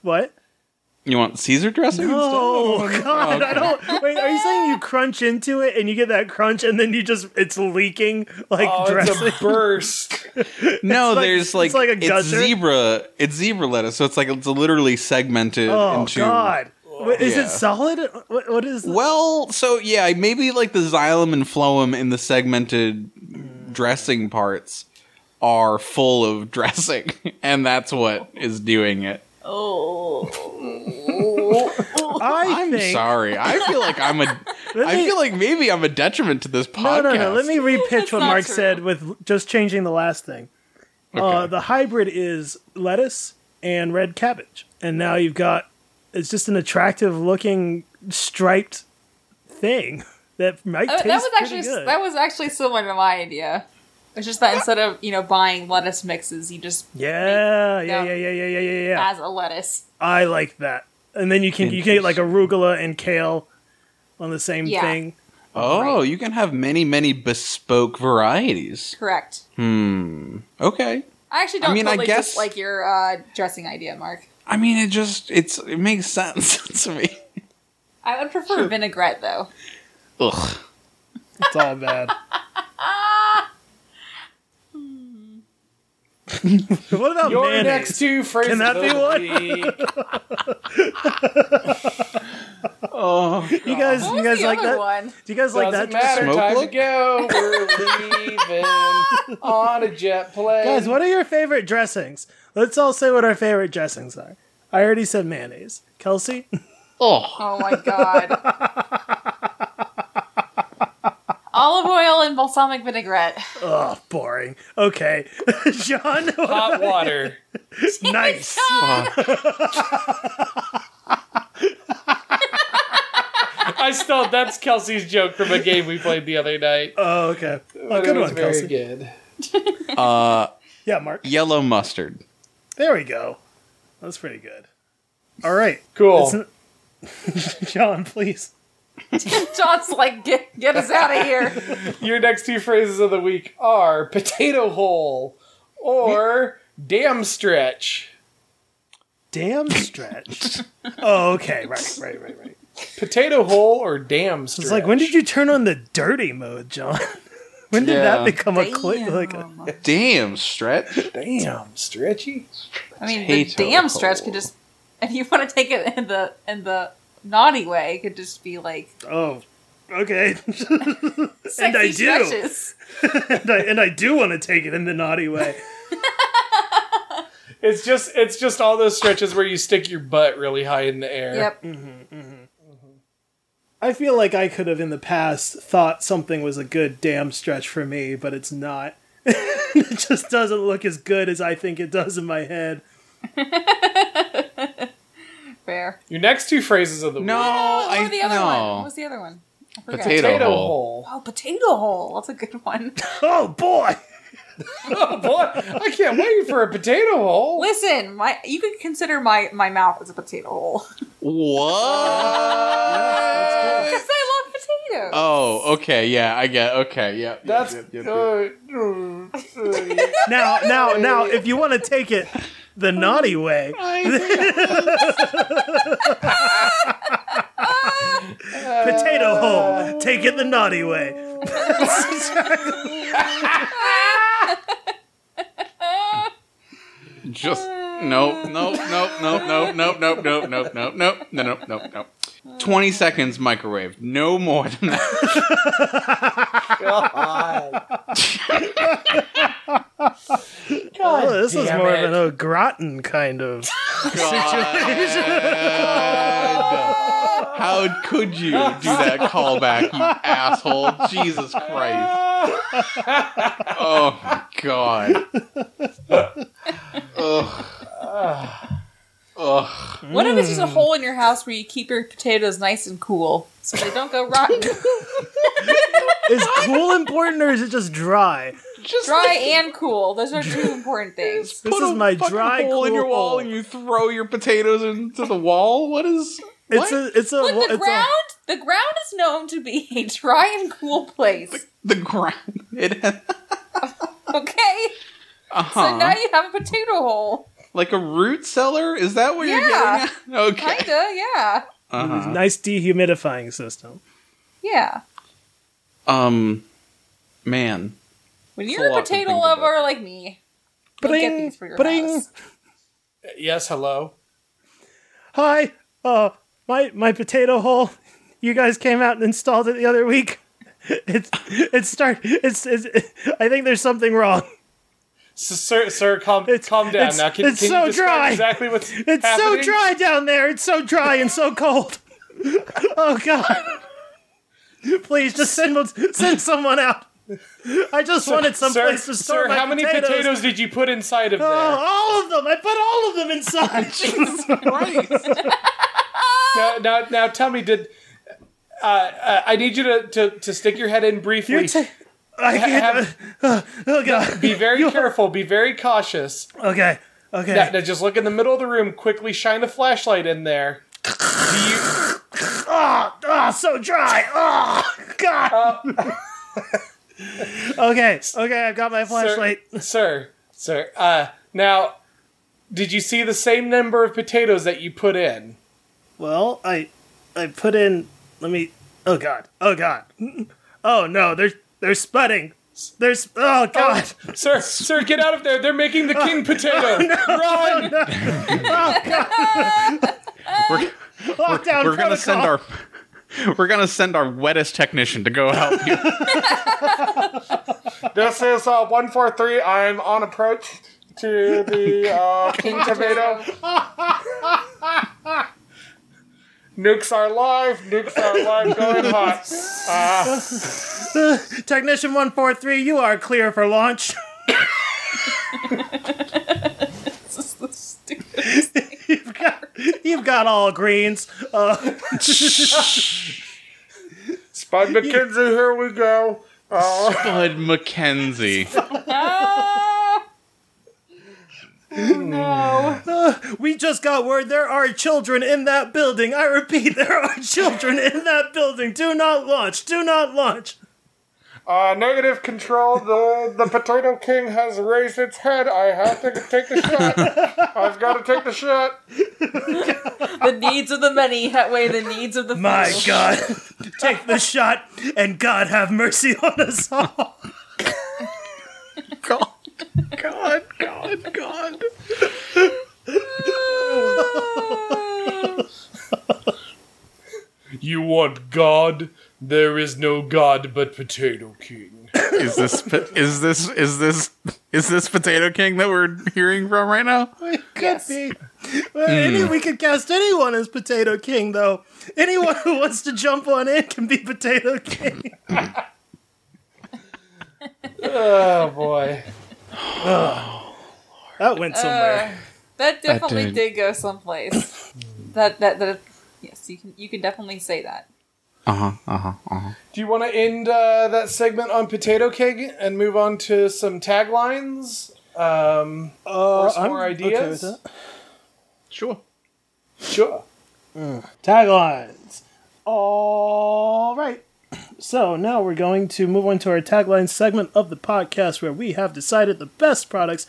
[SPEAKER 4] what?
[SPEAKER 1] You want Caesar dressing?
[SPEAKER 4] Oh
[SPEAKER 1] instead?
[SPEAKER 4] god,
[SPEAKER 1] Okay.
[SPEAKER 4] I don't. Wait, are you saying you crunch into it and you get that crunch and then you just it's leaking like
[SPEAKER 2] Oh,
[SPEAKER 4] dressing?
[SPEAKER 2] it's a burst.
[SPEAKER 1] No,
[SPEAKER 4] like-
[SPEAKER 1] there's
[SPEAKER 4] it's
[SPEAKER 1] like it's,
[SPEAKER 4] like a gusher.
[SPEAKER 1] zebra it's zebra lettuce, so it's like it's literally segmented
[SPEAKER 4] Oh
[SPEAKER 1] into
[SPEAKER 4] god. Wait, is
[SPEAKER 1] Yeah.
[SPEAKER 4] it solid? What, what is that?
[SPEAKER 1] Well, so yeah, maybe like the xylem and phloem in the segmented
[SPEAKER 3] Mm.
[SPEAKER 1] dressing parts are full of dressing, and that's what is doing it.
[SPEAKER 3] Oh.
[SPEAKER 4] I
[SPEAKER 1] I'm
[SPEAKER 4] think
[SPEAKER 1] sorry. I feel like I'm a. I
[SPEAKER 4] me-
[SPEAKER 1] feel like maybe I'm a detriment to this
[SPEAKER 4] No,
[SPEAKER 1] podcast.
[SPEAKER 4] no, no. Let me repitch
[SPEAKER 3] That's
[SPEAKER 4] what
[SPEAKER 3] not
[SPEAKER 4] Mark
[SPEAKER 3] true.
[SPEAKER 4] said with just changing the last thing. Uh,
[SPEAKER 1] Okay.
[SPEAKER 4] the hybrid is lettuce and red cabbage, and now you've got it's just an attractive looking striped thing that might
[SPEAKER 3] Oh, that
[SPEAKER 4] taste
[SPEAKER 3] that was
[SPEAKER 4] pretty
[SPEAKER 3] actually
[SPEAKER 4] good.
[SPEAKER 3] that was actually similar to my idea. It's just that instead of you know buying lettuce mixes, you just
[SPEAKER 4] yeah, yeah,
[SPEAKER 3] Yeah.
[SPEAKER 4] yeah, yeah, yeah, yeah, yeah, yeah.
[SPEAKER 3] as a lettuce.
[SPEAKER 4] I like that. And then you can you can get like arugula and kale on the same
[SPEAKER 3] Yeah.
[SPEAKER 4] thing.
[SPEAKER 1] oh, you can have many, many bespoke varieties.
[SPEAKER 3] Correct.
[SPEAKER 1] Hmm. Okay.
[SPEAKER 3] I actually don't
[SPEAKER 1] mean, I
[SPEAKER 3] totally
[SPEAKER 1] guess-
[SPEAKER 3] dislike your uh, dressing idea, Mark.
[SPEAKER 1] I mean, it just it's it makes sense to me.
[SPEAKER 3] I would prefer vinaigrette though.
[SPEAKER 1] Ugh.
[SPEAKER 4] It's all bad. what about
[SPEAKER 2] Your
[SPEAKER 4] mayonnaise?
[SPEAKER 2] next two phrases.
[SPEAKER 4] Can that be
[SPEAKER 2] of the
[SPEAKER 4] one?
[SPEAKER 2] week.
[SPEAKER 1] Oh.
[SPEAKER 4] You guys,
[SPEAKER 3] What was
[SPEAKER 4] you guys
[SPEAKER 3] the
[SPEAKER 4] like
[SPEAKER 3] other
[SPEAKER 4] that?
[SPEAKER 3] one?
[SPEAKER 4] Do you guys like
[SPEAKER 2] Doesn't
[SPEAKER 4] that?
[SPEAKER 2] matter.
[SPEAKER 1] Smoke
[SPEAKER 2] Time
[SPEAKER 1] look?
[SPEAKER 2] to go. We're leaving on a jet plane.
[SPEAKER 4] Guys, what are your favorite dressings? Let's all say what our favorite dressings are. I already said mayonnaise. Kelsey?
[SPEAKER 1] Oh.
[SPEAKER 3] Oh my god. Olive oil and balsamic vinaigrette.
[SPEAKER 4] Ugh, boring. Okay. John?
[SPEAKER 2] Hot water.
[SPEAKER 4] nice.
[SPEAKER 2] I still. That's Kelsey's joke from a game we played the other night.
[SPEAKER 4] Oh, okay. Oh,
[SPEAKER 2] But it
[SPEAKER 4] good
[SPEAKER 2] was
[SPEAKER 4] one,
[SPEAKER 2] very
[SPEAKER 4] Kelsey.
[SPEAKER 2] good.
[SPEAKER 1] Uh,
[SPEAKER 4] Yeah, Mark.
[SPEAKER 1] yellow mustard.
[SPEAKER 4] There we go. That's pretty good. All right.
[SPEAKER 2] Cool.
[SPEAKER 4] It's- John, please.
[SPEAKER 3] John's like, get get us out of here.
[SPEAKER 2] Your next two phrases of the week are potato hole or damn stretch.
[SPEAKER 4] Damn stretch. oh, okay, right, right, right, right.
[SPEAKER 2] Potato hole or damn stretch.
[SPEAKER 4] It's like when did you turn on the dirty mode, John? when did
[SPEAKER 1] Yeah.
[SPEAKER 4] that become a click? Like, a,
[SPEAKER 3] Damn.
[SPEAKER 1] Damn, stretch.
[SPEAKER 2] damn stretchy?
[SPEAKER 3] I mean, the
[SPEAKER 1] Potato
[SPEAKER 3] damn stretch
[SPEAKER 1] hole.
[SPEAKER 3] could just, if you want to take it in the in the naughty way, it could just be like
[SPEAKER 4] oh, okay.
[SPEAKER 3] sexy
[SPEAKER 4] And I do.
[SPEAKER 3] stretches.
[SPEAKER 4] and, I, and I do want to take it in the naughty way.
[SPEAKER 2] It's just it's just all those stretches where you stick your butt really high in the air.
[SPEAKER 3] Yep.
[SPEAKER 4] I feel like I could have in the past thought something was a good damn stretch for me, but it's not. it just doesn't look as good as I think it does in my head.
[SPEAKER 3] Fair.
[SPEAKER 2] Your next two phrases of the
[SPEAKER 1] No,
[SPEAKER 2] week.
[SPEAKER 3] Oh,
[SPEAKER 1] I
[SPEAKER 3] what was the other one?
[SPEAKER 1] no.
[SPEAKER 3] What was the other one? I forgot.
[SPEAKER 1] Potato.
[SPEAKER 2] Potato
[SPEAKER 1] hole.
[SPEAKER 2] hole.
[SPEAKER 3] Oh, potato hole. That's a good one.
[SPEAKER 4] Oh boy!
[SPEAKER 2] Oh boy, I can't wait for a potato hole.
[SPEAKER 3] Listen, my you could consider my my mouth as a potato hole
[SPEAKER 1] What?
[SPEAKER 3] because I love potatoes.
[SPEAKER 1] Oh, okay, yeah, I get. Okay, yeah.
[SPEAKER 2] That's
[SPEAKER 1] yep, yep, yep.
[SPEAKER 2] uh, uh,
[SPEAKER 4] Now, now, now, if you want to take it the
[SPEAKER 3] Oh,
[SPEAKER 4] naughty way, potato hole, take it the naughty way.
[SPEAKER 1] Just nope, nope, nope, nope, nope, nope, nope, nope, nope, nope, nope, no, nope, nope, nope. Twenty seconds microwave, no more than that.
[SPEAKER 2] God. God
[SPEAKER 4] Oh, this is
[SPEAKER 2] damn
[SPEAKER 4] more
[SPEAKER 2] it.
[SPEAKER 4] of an au gratin kind of.
[SPEAKER 3] Uh,
[SPEAKER 1] God. How could you do that callback, you asshole? Jesus Christ. Oh my god. Ugh. Ugh.
[SPEAKER 3] What if it's just a hole in your house where you keep your potatoes nice and cool so they don't go rotten,
[SPEAKER 4] Is cool important or is it just dry?
[SPEAKER 1] Just
[SPEAKER 3] dry and cool? Those are two important things.
[SPEAKER 4] This is my
[SPEAKER 1] fucking
[SPEAKER 4] dry
[SPEAKER 1] hole in
[SPEAKER 4] cool
[SPEAKER 1] your wall
[SPEAKER 4] hole.
[SPEAKER 1] and you throw your potatoes into the wall. What is?
[SPEAKER 4] It's
[SPEAKER 1] what?
[SPEAKER 4] a, it's a,
[SPEAKER 3] But the
[SPEAKER 4] it's a.
[SPEAKER 3] ground, the ground is known to be a dry and cool place.
[SPEAKER 1] the ground. It
[SPEAKER 3] Okay, so
[SPEAKER 1] uh-huh.
[SPEAKER 3] now you have a potato hole,
[SPEAKER 1] like a root cellar. Is that what you're
[SPEAKER 3] Yeah.
[SPEAKER 1] getting? At? Okay.
[SPEAKER 3] kinda. Yeah,
[SPEAKER 1] Uh-huh.
[SPEAKER 4] Nice dehumidifying system.
[SPEAKER 3] yeah.
[SPEAKER 1] Um, man.
[SPEAKER 3] When
[SPEAKER 1] It's
[SPEAKER 3] you're
[SPEAKER 1] a
[SPEAKER 3] a
[SPEAKER 1] lot to
[SPEAKER 3] potato
[SPEAKER 1] think about.
[SPEAKER 3] lover like me, you'll get these for your house.
[SPEAKER 2] Yes, hello.
[SPEAKER 4] Hi, uh, my my potato hole. You guys came out and installed it the other week. It's it's start. It's, it's I think there's something wrong.
[SPEAKER 2] S- Sir, sir, calm,
[SPEAKER 4] It's-
[SPEAKER 2] calm down
[SPEAKER 4] it's-
[SPEAKER 2] now. Can,
[SPEAKER 4] it's
[SPEAKER 2] can
[SPEAKER 4] so
[SPEAKER 2] you describe
[SPEAKER 4] dry.
[SPEAKER 2] exactly what's
[SPEAKER 4] It's
[SPEAKER 2] happening?
[SPEAKER 4] so dry down there. It's so dry and so cold. Oh God! Please just send send someone out. I just wanted some
[SPEAKER 2] Sir,
[SPEAKER 4] place to store
[SPEAKER 2] sir
[SPEAKER 4] my
[SPEAKER 2] how many potatoes. did you put inside of
[SPEAKER 4] Oh,
[SPEAKER 2] there?
[SPEAKER 4] all of them! I put all of them inside.
[SPEAKER 1] Jesus Christ.
[SPEAKER 4] oh.
[SPEAKER 2] Now, now, now, tell me, did uh, uh, I need you to, to, to stick your head in briefly?
[SPEAKER 4] You're ta- I can't.
[SPEAKER 2] have-
[SPEAKER 4] uh, oh God!
[SPEAKER 2] be very careful. Be very cautious.
[SPEAKER 4] Okay. Okay.
[SPEAKER 2] Now, now, just look in the middle of the room. Quickly shine a flashlight in there. Do you,
[SPEAKER 4] Oh, oh so dry. Oh, God. okay, okay, I've got my flashlight.
[SPEAKER 2] sir, sir. Uh, now, did you see the same number of potatoes that you put in?
[SPEAKER 4] Well, I, I put in. Let me. Oh God. Oh God. Oh no. They're they're spudding. There's. Oh God.
[SPEAKER 2] Sir, sir, get out of there! They're making the
[SPEAKER 4] Oh,
[SPEAKER 2] king potato. Run!
[SPEAKER 1] We're,
[SPEAKER 4] Lockdown
[SPEAKER 1] we're gonna
[SPEAKER 4] protocol.
[SPEAKER 1] send our. We're gonna send our wettest technician to go help you.
[SPEAKER 2] This is uh, one four three. I'm on approach to the uh, king tomato. Nukes are live. Nukes are live. Going hot. Uh,
[SPEAKER 4] technician one four three. You are clear for launch.
[SPEAKER 3] This is the stupid.
[SPEAKER 4] You've got, you've got all greens. Uh,
[SPEAKER 2] Spud McKenzie, here we go.
[SPEAKER 4] Oh.
[SPEAKER 2] Uh,
[SPEAKER 1] Bud McKenzie.
[SPEAKER 3] Ah. Oh no!
[SPEAKER 4] We just got word there are children in that building. I repeat, there are children in that building. Do not launch. Do not launch.
[SPEAKER 2] Uh, negative control. The the potato king has raised its head. I have to take the shot. I've got to take the shot.
[SPEAKER 3] The needs of the many outweigh the needs of the
[SPEAKER 4] My
[SPEAKER 3] few.
[SPEAKER 4] God. Take the shot, and God have mercy on us all.
[SPEAKER 1] God, God, God, God.
[SPEAKER 2] You want God? There is no God but Potato King.
[SPEAKER 1] Is this is this is this is this Potato King that we're hearing from right now?
[SPEAKER 4] It could be. Well, any- we could cast anyone as Potato King, though. Anyone who wants to jump on in can be Potato King.
[SPEAKER 2] Oh boy.
[SPEAKER 4] That went somewhere.
[SPEAKER 3] Uh, That definitely
[SPEAKER 1] did-
[SPEAKER 3] did go someplace. that that that yes, you can you can definitely say that.
[SPEAKER 1] Uh huh. Uh huh. Uh huh.
[SPEAKER 2] Do you want to end uh, that segment on Potato King and move on to some taglines? Um,
[SPEAKER 4] Uh,
[SPEAKER 2] Or some more ideas?
[SPEAKER 1] Sure.
[SPEAKER 2] sure.
[SPEAKER 4] Taglines. All right. So now we're going to move on to our tagline segment of the podcast where we have decided the best products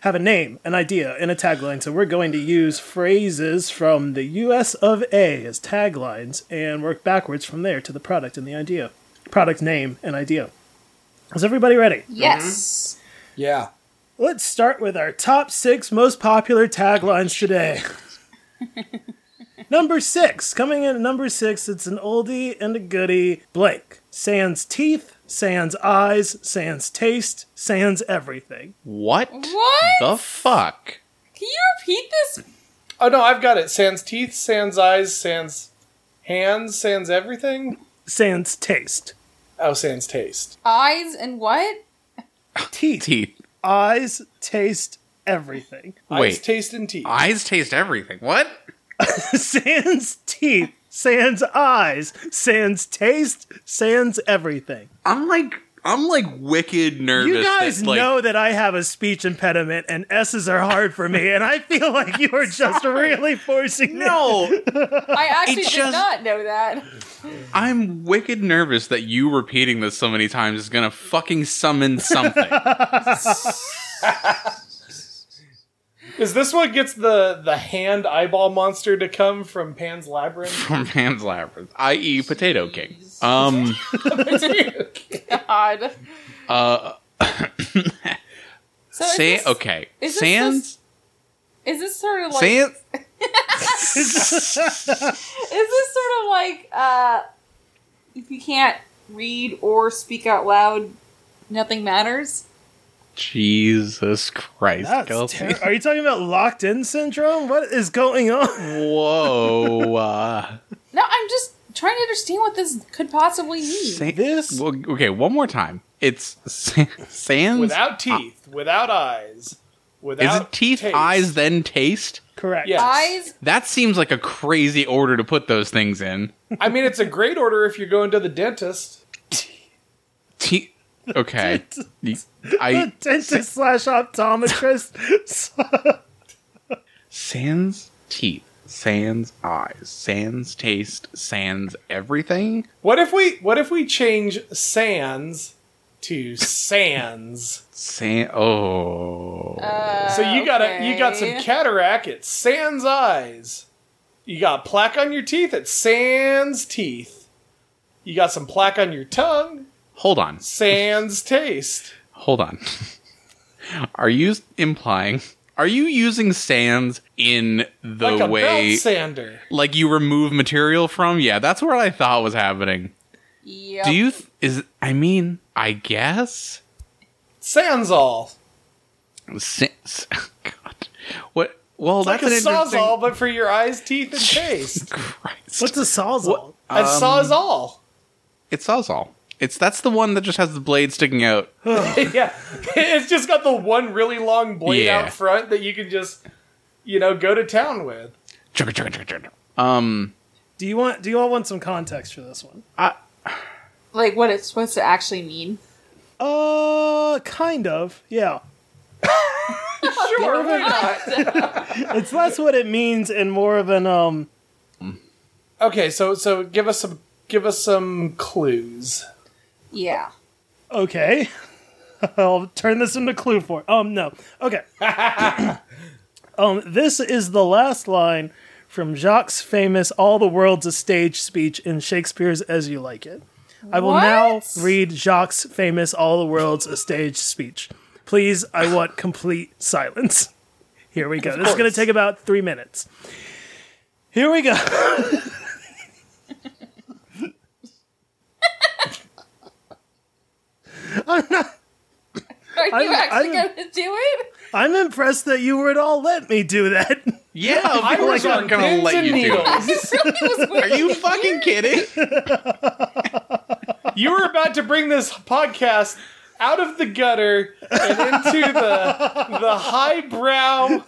[SPEAKER 4] have a name, an idea, and a tagline. So we're going to use phrases from the US of A as taglines and work backwards from there to the product and the idea. Product name and idea. Is everybody ready?
[SPEAKER 1] Mm-hmm.
[SPEAKER 3] Yes.
[SPEAKER 2] Yeah.
[SPEAKER 4] Let's start with our top six most popular taglines today. number six, coming in at number six, it's an oldie and a goodie. Blank. Sans teeth, sans eyes, sans taste, sans everything.
[SPEAKER 1] What?
[SPEAKER 3] What?
[SPEAKER 1] the fuck?
[SPEAKER 3] Can you repeat this?
[SPEAKER 2] Oh no, I've got it. Sans teeth, sans eyes, sans hands, sans everything.
[SPEAKER 4] Sans taste.
[SPEAKER 2] Oh, sans taste.
[SPEAKER 3] Eyes and what?
[SPEAKER 4] Teeth,
[SPEAKER 1] Teeth.
[SPEAKER 4] eyes, taste, everything.
[SPEAKER 1] Wait.
[SPEAKER 2] Eyes, taste, and teeth.
[SPEAKER 1] Eyes taste everything. What?
[SPEAKER 4] sans teeth, sans eyes, sans taste, sans everything.
[SPEAKER 1] I'm like I'm like wicked nervous.
[SPEAKER 4] You guys
[SPEAKER 1] that, like,
[SPEAKER 4] know that I have a speech impediment and S's are hard for me, and I feel like you are just really forcing me.
[SPEAKER 1] No,
[SPEAKER 3] I actually
[SPEAKER 1] It
[SPEAKER 3] did
[SPEAKER 1] just-
[SPEAKER 3] not know that.
[SPEAKER 1] I'm wicked nervous that you repeating this so many times is gonna fucking summon something.
[SPEAKER 2] Is this what gets the the hand eyeball monster to come from Pan's Labyrinth?
[SPEAKER 1] from Pan's Labyrinth, i.e., Potato King. Um,
[SPEAKER 3] God.
[SPEAKER 1] uh,
[SPEAKER 3] So
[SPEAKER 1] say
[SPEAKER 3] is this,
[SPEAKER 1] uh, okay.
[SPEAKER 3] is this
[SPEAKER 1] Sans,
[SPEAKER 3] Is this sort of like?
[SPEAKER 1] sans.
[SPEAKER 3] Is this sort of like uh, if you can't read or speak out loud, nothing matters?
[SPEAKER 1] Jesus Christ,
[SPEAKER 4] That's
[SPEAKER 1] Kelsey!
[SPEAKER 4] ter- are you talking about locked in syndrome? What is going on?
[SPEAKER 1] Whoa. Uh,
[SPEAKER 3] No, I'm just trying to understand what this could possibly mean.
[SPEAKER 1] san-
[SPEAKER 4] This-
[SPEAKER 1] Well, okay, one more time. It's sa- sans.
[SPEAKER 2] Without teeth, without eyes,
[SPEAKER 1] is
[SPEAKER 2] without
[SPEAKER 1] it teeth,
[SPEAKER 2] taste.
[SPEAKER 1] eyes, then taste?
[SPEAKER 4] Correct.
[SPEAKER 2] Yeah.
[SPEAKER 3] Eyes.
[SPEAKER 1] That seems like a crazy order to put those things in.
[SPEAKER 2] I mean, it's a great order if you're going to the dentist.
[SPEAKER 1] Te- okay. Y-
[SPEAKER 4] The
[SPEAKER 1] I
[SPEAKER 4] dentist slash optometrist.
[SPEAKER 1] sans teeth, sans eyes, sans taste, sans everything.
[SPEAKER 2] What if we What if we change sans to sans?
[SPEAKER 1] Sans oh.
[SPEAKER 2] So you got a you got some
[SPEAKER 3] Okay.
[SPEAKER 2] cataract at sans eyes. You got plaque on your teeth at sans teeth. You got some plaque on your tongue,
[SPEAKER 1] hold on.
[SPEAKER 2] sans taste.
[SPEAKER 1] Hold on. Are you implying? Are you using sans in the
[SPEAKER 2] Like a
[SPEAKER 1] way
[SPEAKER 2] belt sander.
[SPEAKER 1] like you remove material from? Yeah, that's what I thought was happening.
[SPEAKER 3] Yep.
[SPEAKER 1] Do you th- is I mean, I guess
[SPEAKER 2] Sansol.
[SPEAKER 1] sans God. What well,
[SPEAKER 2] Like
[SPEAKER 1] that's
[SPEAKER 2] a
[SPEAKER 1] an interesting
[SPEAKER 2] sawzall, but for your eyes, teeth, and taste.
[SPEAKER 1] Christ.
[SPEAKER 4] What's a sawzall?
[SPEAKER 1] Um,
[SPEAKER 2] A sawzall.
[SPEAKER 1] It's Sawzall. It's that's the one that just has the blade sticking out.
[SPEAKER 2] yeah, it's just got the one really long blade
[SPEAKER 1] Yeah.
[SPEAKER 2] out front that you can just, you know, go to town with.
[SPEAKER 1] Chugga, chugga, chugga, chugga. Um,
[SPEAKER 4] Do you want? Do you all want some context for this one?
[SPEAKER 3] like what it's supposed to actually mean?
[SPEAKER 4] Uh, kind of. Yeah.
[SPEAKER 3] or what?
[SPEAKER 4] It's less what it means and more of an um.
[SPEAKER 2] Okay, so so give us some give us some clues.
[SPEAKER 3] Yeah.
[SPEAKER 4] Okay, I'll turn this into clue for. Um, no. Okay. um, this is the last line from Jacques' famous "All the World's a Stage" speech in Shakespeare's "As You Like It." I will now
[SPEAKER 3] What?
[SPEAKER 4] read Jacques' famous "All the World's a Stage" speech. Please, I want complete silence. Here we go. This is going to take about three minutes. Here we go.
[SPEAKER 3] Are you actually
[SPEAKER 4] I'm- I'm-
[SPEAKER 3] going to do it?
[SPEAKER 4] I'm impressed that you would all let me do that.
[SPEAKER 1] Yeah, of course
[SPEAKER 2] on
[SPEAKER 1] I'm gonna
[SPEAKER 2] pins
[SPEAKER 1] let
[SPEAKER 2] and
[SPEAKER 1] you do it.
[SPEAKER 2] needles.
[SPEAKER 1] Are you fucking kidding?
[SPEAKER 2] you were about to bring this podcast out of the gutter and into the the highbrow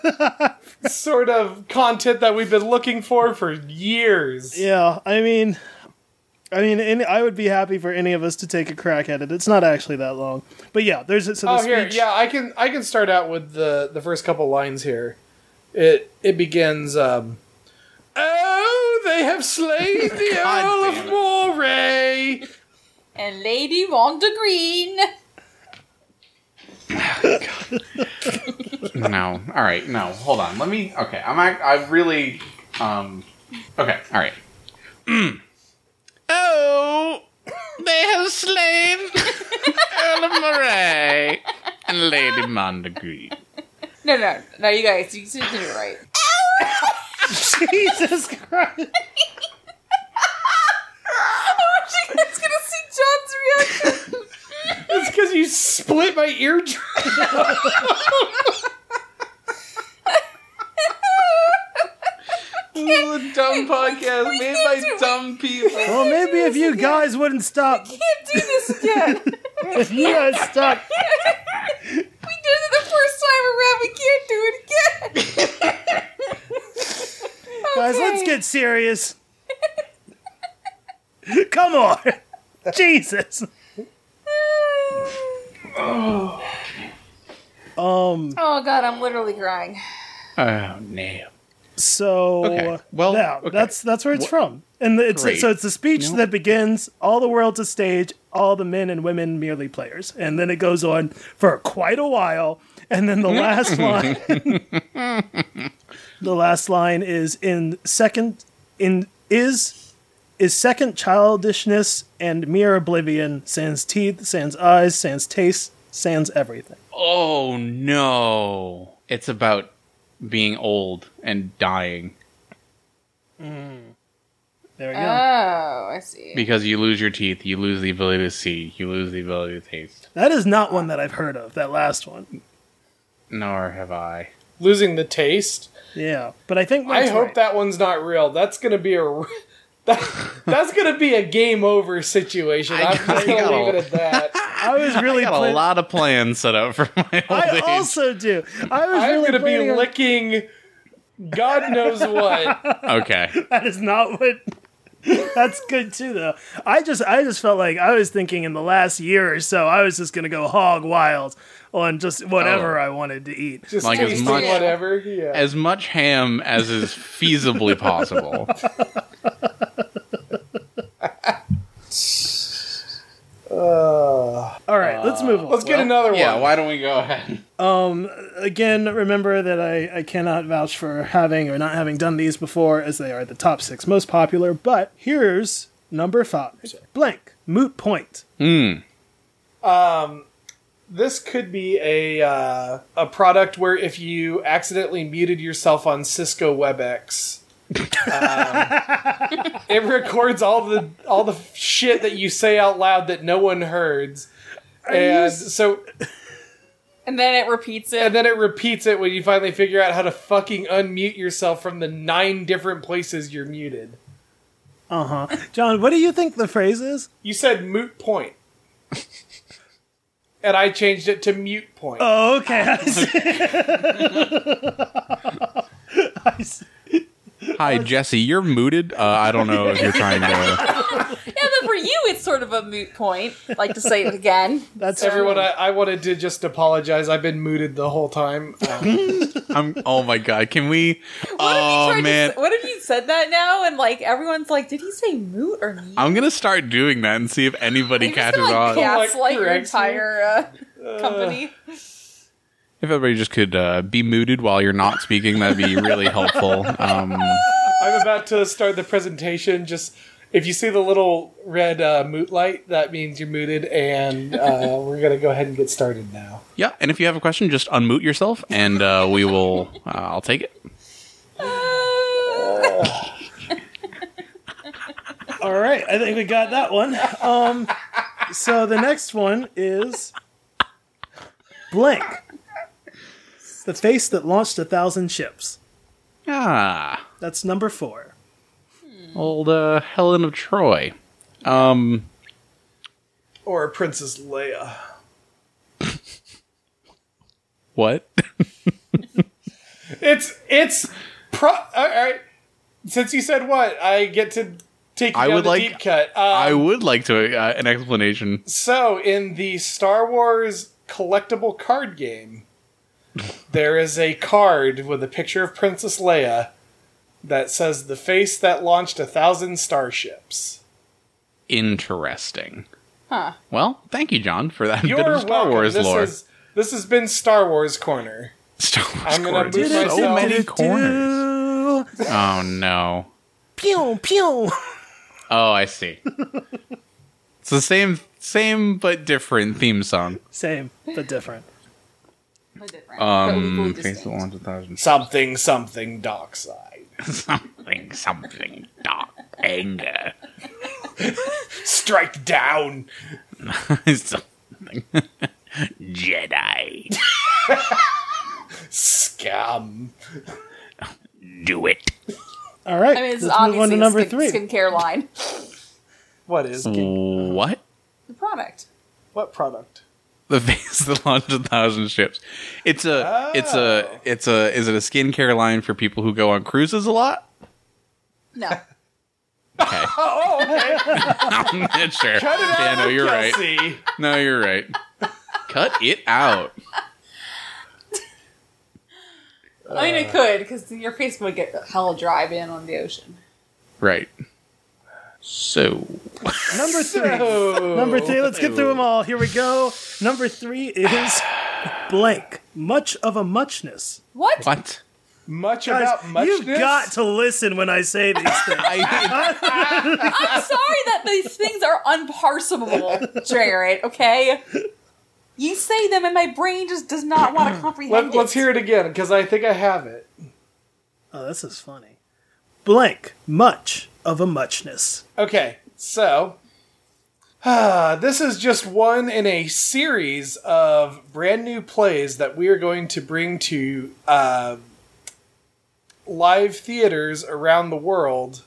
[SPEAKER 2] sort of content that we've been looking for for years.
[SPEAKER 4] Yeah, I mean, I mean, any, I would be happy for any of us to take a crack at it. It's not actually that long, but yeah, there's so the
[SPEAKER 2] Oh, here,
[SPEAKER 4] speech-
[SPEAKER 2] yeah, I can I can start out with the the first couple lines here. It it begins. Um, oh, they have slain the
[SPEAKER 1] God
[SPEAKER 2] Earl
[SPEAKER 1] damn
[SPEAKER 2] of
[SPEAKER 1] it.
[SPEAKER 2] Moray.
[SPEAKER 3] And Lady Wanda Green.
[SPEAKER 1] No. All right. No. Hold on. Let me. Okay. I'm. I, I really. Um. Okay. All right. Oh, they have slain Earl of Moray and Lady Montague.
[SPEAKER 3] No, no, no, you guys, you did it right.
[SPEAKER 4] Jesus Christ!
[SPEAKER 3] I'm actually going to see John's reaction.
[SPEAKER 2] It's because you split my eardrum.
[SPEAKER 1] This is a dumb podcast made by dumb people.
[SPEAKER 4] Well, maybe if you guys wouldn't stop,
[SPEAKER 3] can't do this again.
[SPEAKER 4] if you guys stuck.
[SPEAKER 3] we did it the first time around. We can't do it again.
[SPEAKER 4] Guys, let's
[SPEAKER 3] Okay.
[SPEAKER 4] get serious. Come on, Jesus. Um.
[SPEAKER 3] Oh god, I'm literally crying.
[SPEAKER 1] Oh no.
[SPEAKER 4] So
[SPEAKER 1] Okay, well,
[SPEAKER 4] yeah,
[SPEAKER 1] okay.
[SPEAKER 4] that's that's where it's from, and the- it's
[SPEAKER 1] Great.
[SPEAKER 4] so it's the speech
[SPEAKER 1] Nope.
[SPEAKER 4] that begins, "All the world's a stage, all the men and women merely players," and then it goes on for quite a while, and then the last line, the last line is in second in is is second childishness and mere oblivion sans teeth, sans eyes, sans taste, sans everything.
[SPEAKER 1] Oh no. It's about being old and dying
[SPEAKER 4] There we go.
[SPEAKER 3] Oh, I see.
[SPEAKER 1] because you lose your teeth, you lose the ability to see, you lose the ability to taste.
[SPEAKER 4] that is not one that I've heard of. That last one.
[SPEAKER 1] Nor have I.
[SPEAKER 2] Losing the taste.
[SPEAKER 4] Yeah, but I think
[SPEAKER 2] I
[SPEAKER 4] Mike's
[SPEAKER 2] hope
[SPEAKER 4] right.
[SPEAKER 2] that one's not real. That's gonna be a r- that, that's gonna be a game over situation.
[SPEAKER 1] I
[SPEAKER 2] I'm just
[SPEAKER 1] got- I
[SPEAKER 2] gonna
[SPEAKER 1] got
[SPEAKER 2] leave
[SPEAKER 1] a-
[SPEAKER 2] it at that.
[SPEAKER 4] I was really
[SPEAKER 1] I got
[SPEAKER 4] plan-
[SPEAKER 1] a lot of plans set up for my old
[SPEAKER 4] I
[SPEAKER 1] age.
[SPEAKER 4] also do. I
[SPEAKER 2] I'm
[SPEAKER 4] was really
[SPEAKER 2] gonna
[SPEAKER 4] planning
[SPEAKER 2] be
[SPEAKER 4] on-
[SPEAKER 2] licking. God knows what.
[SPEAKER 1] Okay.
[SPEAKER 4] That is not what. That's good too, though. I just, I just felt like I was thinking in the last year or so, I was just gonna go hog wild on just whatever
[SPEAKER 1] Oh.
[SPEAKER 4] I wanted to eat.
[SPEAKER 2] Just
[SPEAKER 1] Like as
[SPEAKER 2] tasting
[SPEAKER 1] much-
[SPEAKER 2] whatever. Yeah.
[SPEAKER 1] As much ham as is feasibly possible.
[SPEAKER 4] All right,
[SPEAKER 1] uh,
[SPEAKER 4] let's move on. Um,
[SPEAKER 2] Let's get another
[SPEAKER 1] Yeah,
[SPEAKER 2] one.
[SPEAKER 1] why don't we go ahead?
[SPEAKER 4] Again, remember that I, I cannot vouch for having or not having done these before, as they are the top six most popular. But here's number five: blank moot point.
[SPEAKER 1] Hmm.
[SPEAKER 2] Um, This could be a uh, a product where if you accidentally muted yourself on Cisco WebEx, um, it records all the all the shit that you say out loud that no one heard, and so
[SPEAKER 3] And then it repeats
[SPEAKER 2] and
[SPEAKER 3] it.
[SPEAKER 2] then it repeats it when you finally figure out how to fucking unmute yourself from the nine different places you're muted.
[SPEAKER 4] Uh huh. John, what do you think the phrase is?
[SPEAKER 2] You said moot point, and I changed it to mute point.
[SPEAKER 4] Oh, okay. I see. I see.
[SPEAKER 1] Hi, Jesse, you're mooted. Uh, I don't know if you're trying to.
[SPEAKER 3] Yeah, but for you, it's sort of of a moot point. Like to say it again.
[SPEAKER 4] That's
[SPEAKER 2] Everyone, I, I wanted to just apologize. I've been mooted the whole time. Um,
[SPEAKER 1] I'm. Oh my god! Can we?
[SPEAKER 3] What if you
[SPEAKER 1] oh
[SPEAKER 3] tried to
[SPEAKER 1] man!
[SPEAKER 3] s- what if you said that now and like everyone's like, did he say moot or meat?
[SPEAKER 1] I'm gonna start doing that and see if anybody
[SPEAKER 3] You're just
[SPEAKER 1] catches
[SPEAKER 3] gonna,
[SPEAKER 1] on.
[SPEAKER 3] like, gaslight
[SPEAKER 2] Like,
[SPEAKER 3] your
[SPEAKER 2] correct you.
[SPEAKER 3] entire uh, company.
[SPEAKER 1] If everybody just could uh, be muted while you're not speaking, that'd be really helpful. Um,
[SPEAKER 2] I'm about to start the presentation. Just if you see the little red uh, moot light, that means you're mooted, and uh, we're gonna go ahead and get started now.
[SPEAKER 1] yeah, and if you have a question, just unmute yourself, and uh, we will. Uh, I'll take it.
[SPEAKER 3] Uh,
[SPEAKER 4] All right, I think we got that one. Um, so the next one is blank, the face that launched a thousand ships.
[SPEAKER 1] Ah,
[SPEAKER 4] That's number four.
[SPEAKER 1] old uh, Helen of Troy. Um,
[SPEAKER 2] Or Princess Leia.
[SPEAKER 1] what?
[SPEAKER 2] It's it's pro. All right. Since you said what, I get to take you
[SPEAKER 1] I
[SPEAKER 2] down
[SPEAKER 1] would
[SPEAKER 2] the
[SPEAKER 1] like-
[SPEAKER 2] deep cut. Um,
[SPEAKER 1] I would like to uh, an explanation.
[SPEAKER 2] So, in the Star Wars collectible card game, there is a card with a picture of Princess Leia that says the face that launched a thousand starships.
[SPEAKER 1] Interesting.
[SPEAKER 3] huh.
[SPEAKER 1] Well, thank you, John, for that
[SPEAKER 2] You're
[SPEAKER 1] bit of Star
[SPEAKER 2] welcome.
[SPEAKER 1] Wars
[SPEAKER 2] this
[SPEAKER 1] lore.
[SPEAKER 2] Is, this has been Star Wars Corner.
[SPEAKER 1] Star Wars
[SPEAKER 2] I'm gonna
[SPEAKER 1] corners.
[SPEAKER 2] move
[SPEAKER 1] so
[SPEAKER 2] myself.
[SPEAKER 1] many
[SPEAKER 4] Do-do-do-do.
[SPEAKER 1] corners. Oh no.
[SPEAKER 4] Pew pew.
[SPEAKER 1] Oh, I see. it's the same, same but different theme song.
[SPEAKER 4] Same but different.
[SPEAKER 3] But different. but
[SPEAKER 1] Um,
[SPEAKER 3] legally distinct.
[SPEAKER 2] Something, something, dockside.
[SPEAKER 1] something, something, dark anger,
[SPEAKER 2] Strike down.
[SPEAKER 1] something, Jedi,
[SPEAKER 2] Scum.
[SPEAKER 1] do it.
[SPEAKER 4] All right,
[SPEAKER 3] I mean, this is
[SPEAKER 4] let's move on
[SPEAKER 3] obviously
[SPEAKER 4] to
[SPEAKER 3] a
[SPEAKER 4] number
[SPEAKER 3] skin,
[SPEAKER 4] three.
[SPEAKER 3] skincare line.
[SPEAKER 2] What is
[SPEAKER 1] Hmm. What?
[SPEAKER 3] The product.
[SPEAKER 2] what product?
[SPEAKER 1] The face that launched a thousand ships. It's a, it's a, it's a. Is it a skincare line for people who go on cruises a lot?
[SPEAKER 3] No.
[SPEAKER 1] Okay,
[SPEAKER 2] Oh, okay.
[SPEAKER 1] I'm not sure. yeah, no, you're right.
[SPEAKER 2] Kelsey.
[SPEAKER 1] No, you're right. Cut it out.
[SPEAKER 3] I mean, it
[SPEAKER 1] Uh.
[SPEAKER 3] could because your face would get hella dry being on the ocean.
[SPEAKER 1] Right. So
[SPEAKER 4] Number three.
[SPEAKER 2] So-
[SPEAKER 4] Number three. Let's get
[SPEAKER 2] Oh.
[SPEAKER 4] through them all. Here we go. Number three is blank. Much of a muchness.
[SPEAKER 3] What?
[SPEAKER 1] what?
[SPEAKER 2] Much
[SPEAKER 4] Guys,
[SPEAKER 2] about muchness.
[SPEAKER 4] you've got to listen when I say these things.
[SPEAKER 1] I,
[SPEAKER 3] I'm sorry that these things are unparsable, Jared. Okay. You say them, and my brain just does not want to comprehend.
[SPEAKER 2] Let, let's hear it again because I think I have it.
[SPEAKER 4] Oh, this is funny. Blank. Much of a muchness.
[SPEAKER 2] Okay, so ah, this is just one in a series of brand new plays that we are going to bring to uh, live theaters around the world.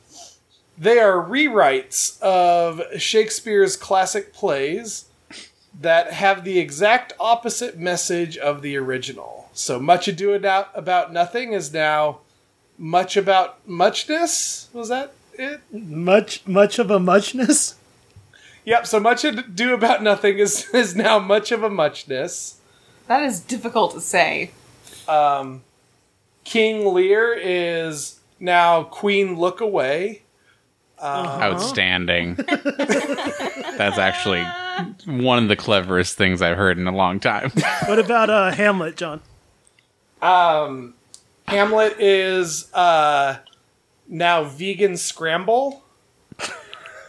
[SPEAKER 2] They are rewrites of Shakespeare's classic plays that have the exact opposite message of the original. So much ado about, about nothing is now much about muchness. Was that it?
[SPEAKER 4] Much, much of a muchness.
[SPEAKER 2] Yep, so much ado about nothing is, is now much of a muchness.
[SPEAKER 3] That is difficult to say.
[SPEAKER 2] Um, King Lear is now Queen Look Away.
[SPEAKER 1] outstanding. That's actually one of the cleverest things I've heard in a long time.
[SPEAKER 4] What about uh, Hamlet, John?
[SPEAKER 2] Um, Hamlet is uh, now Vegan Scramble.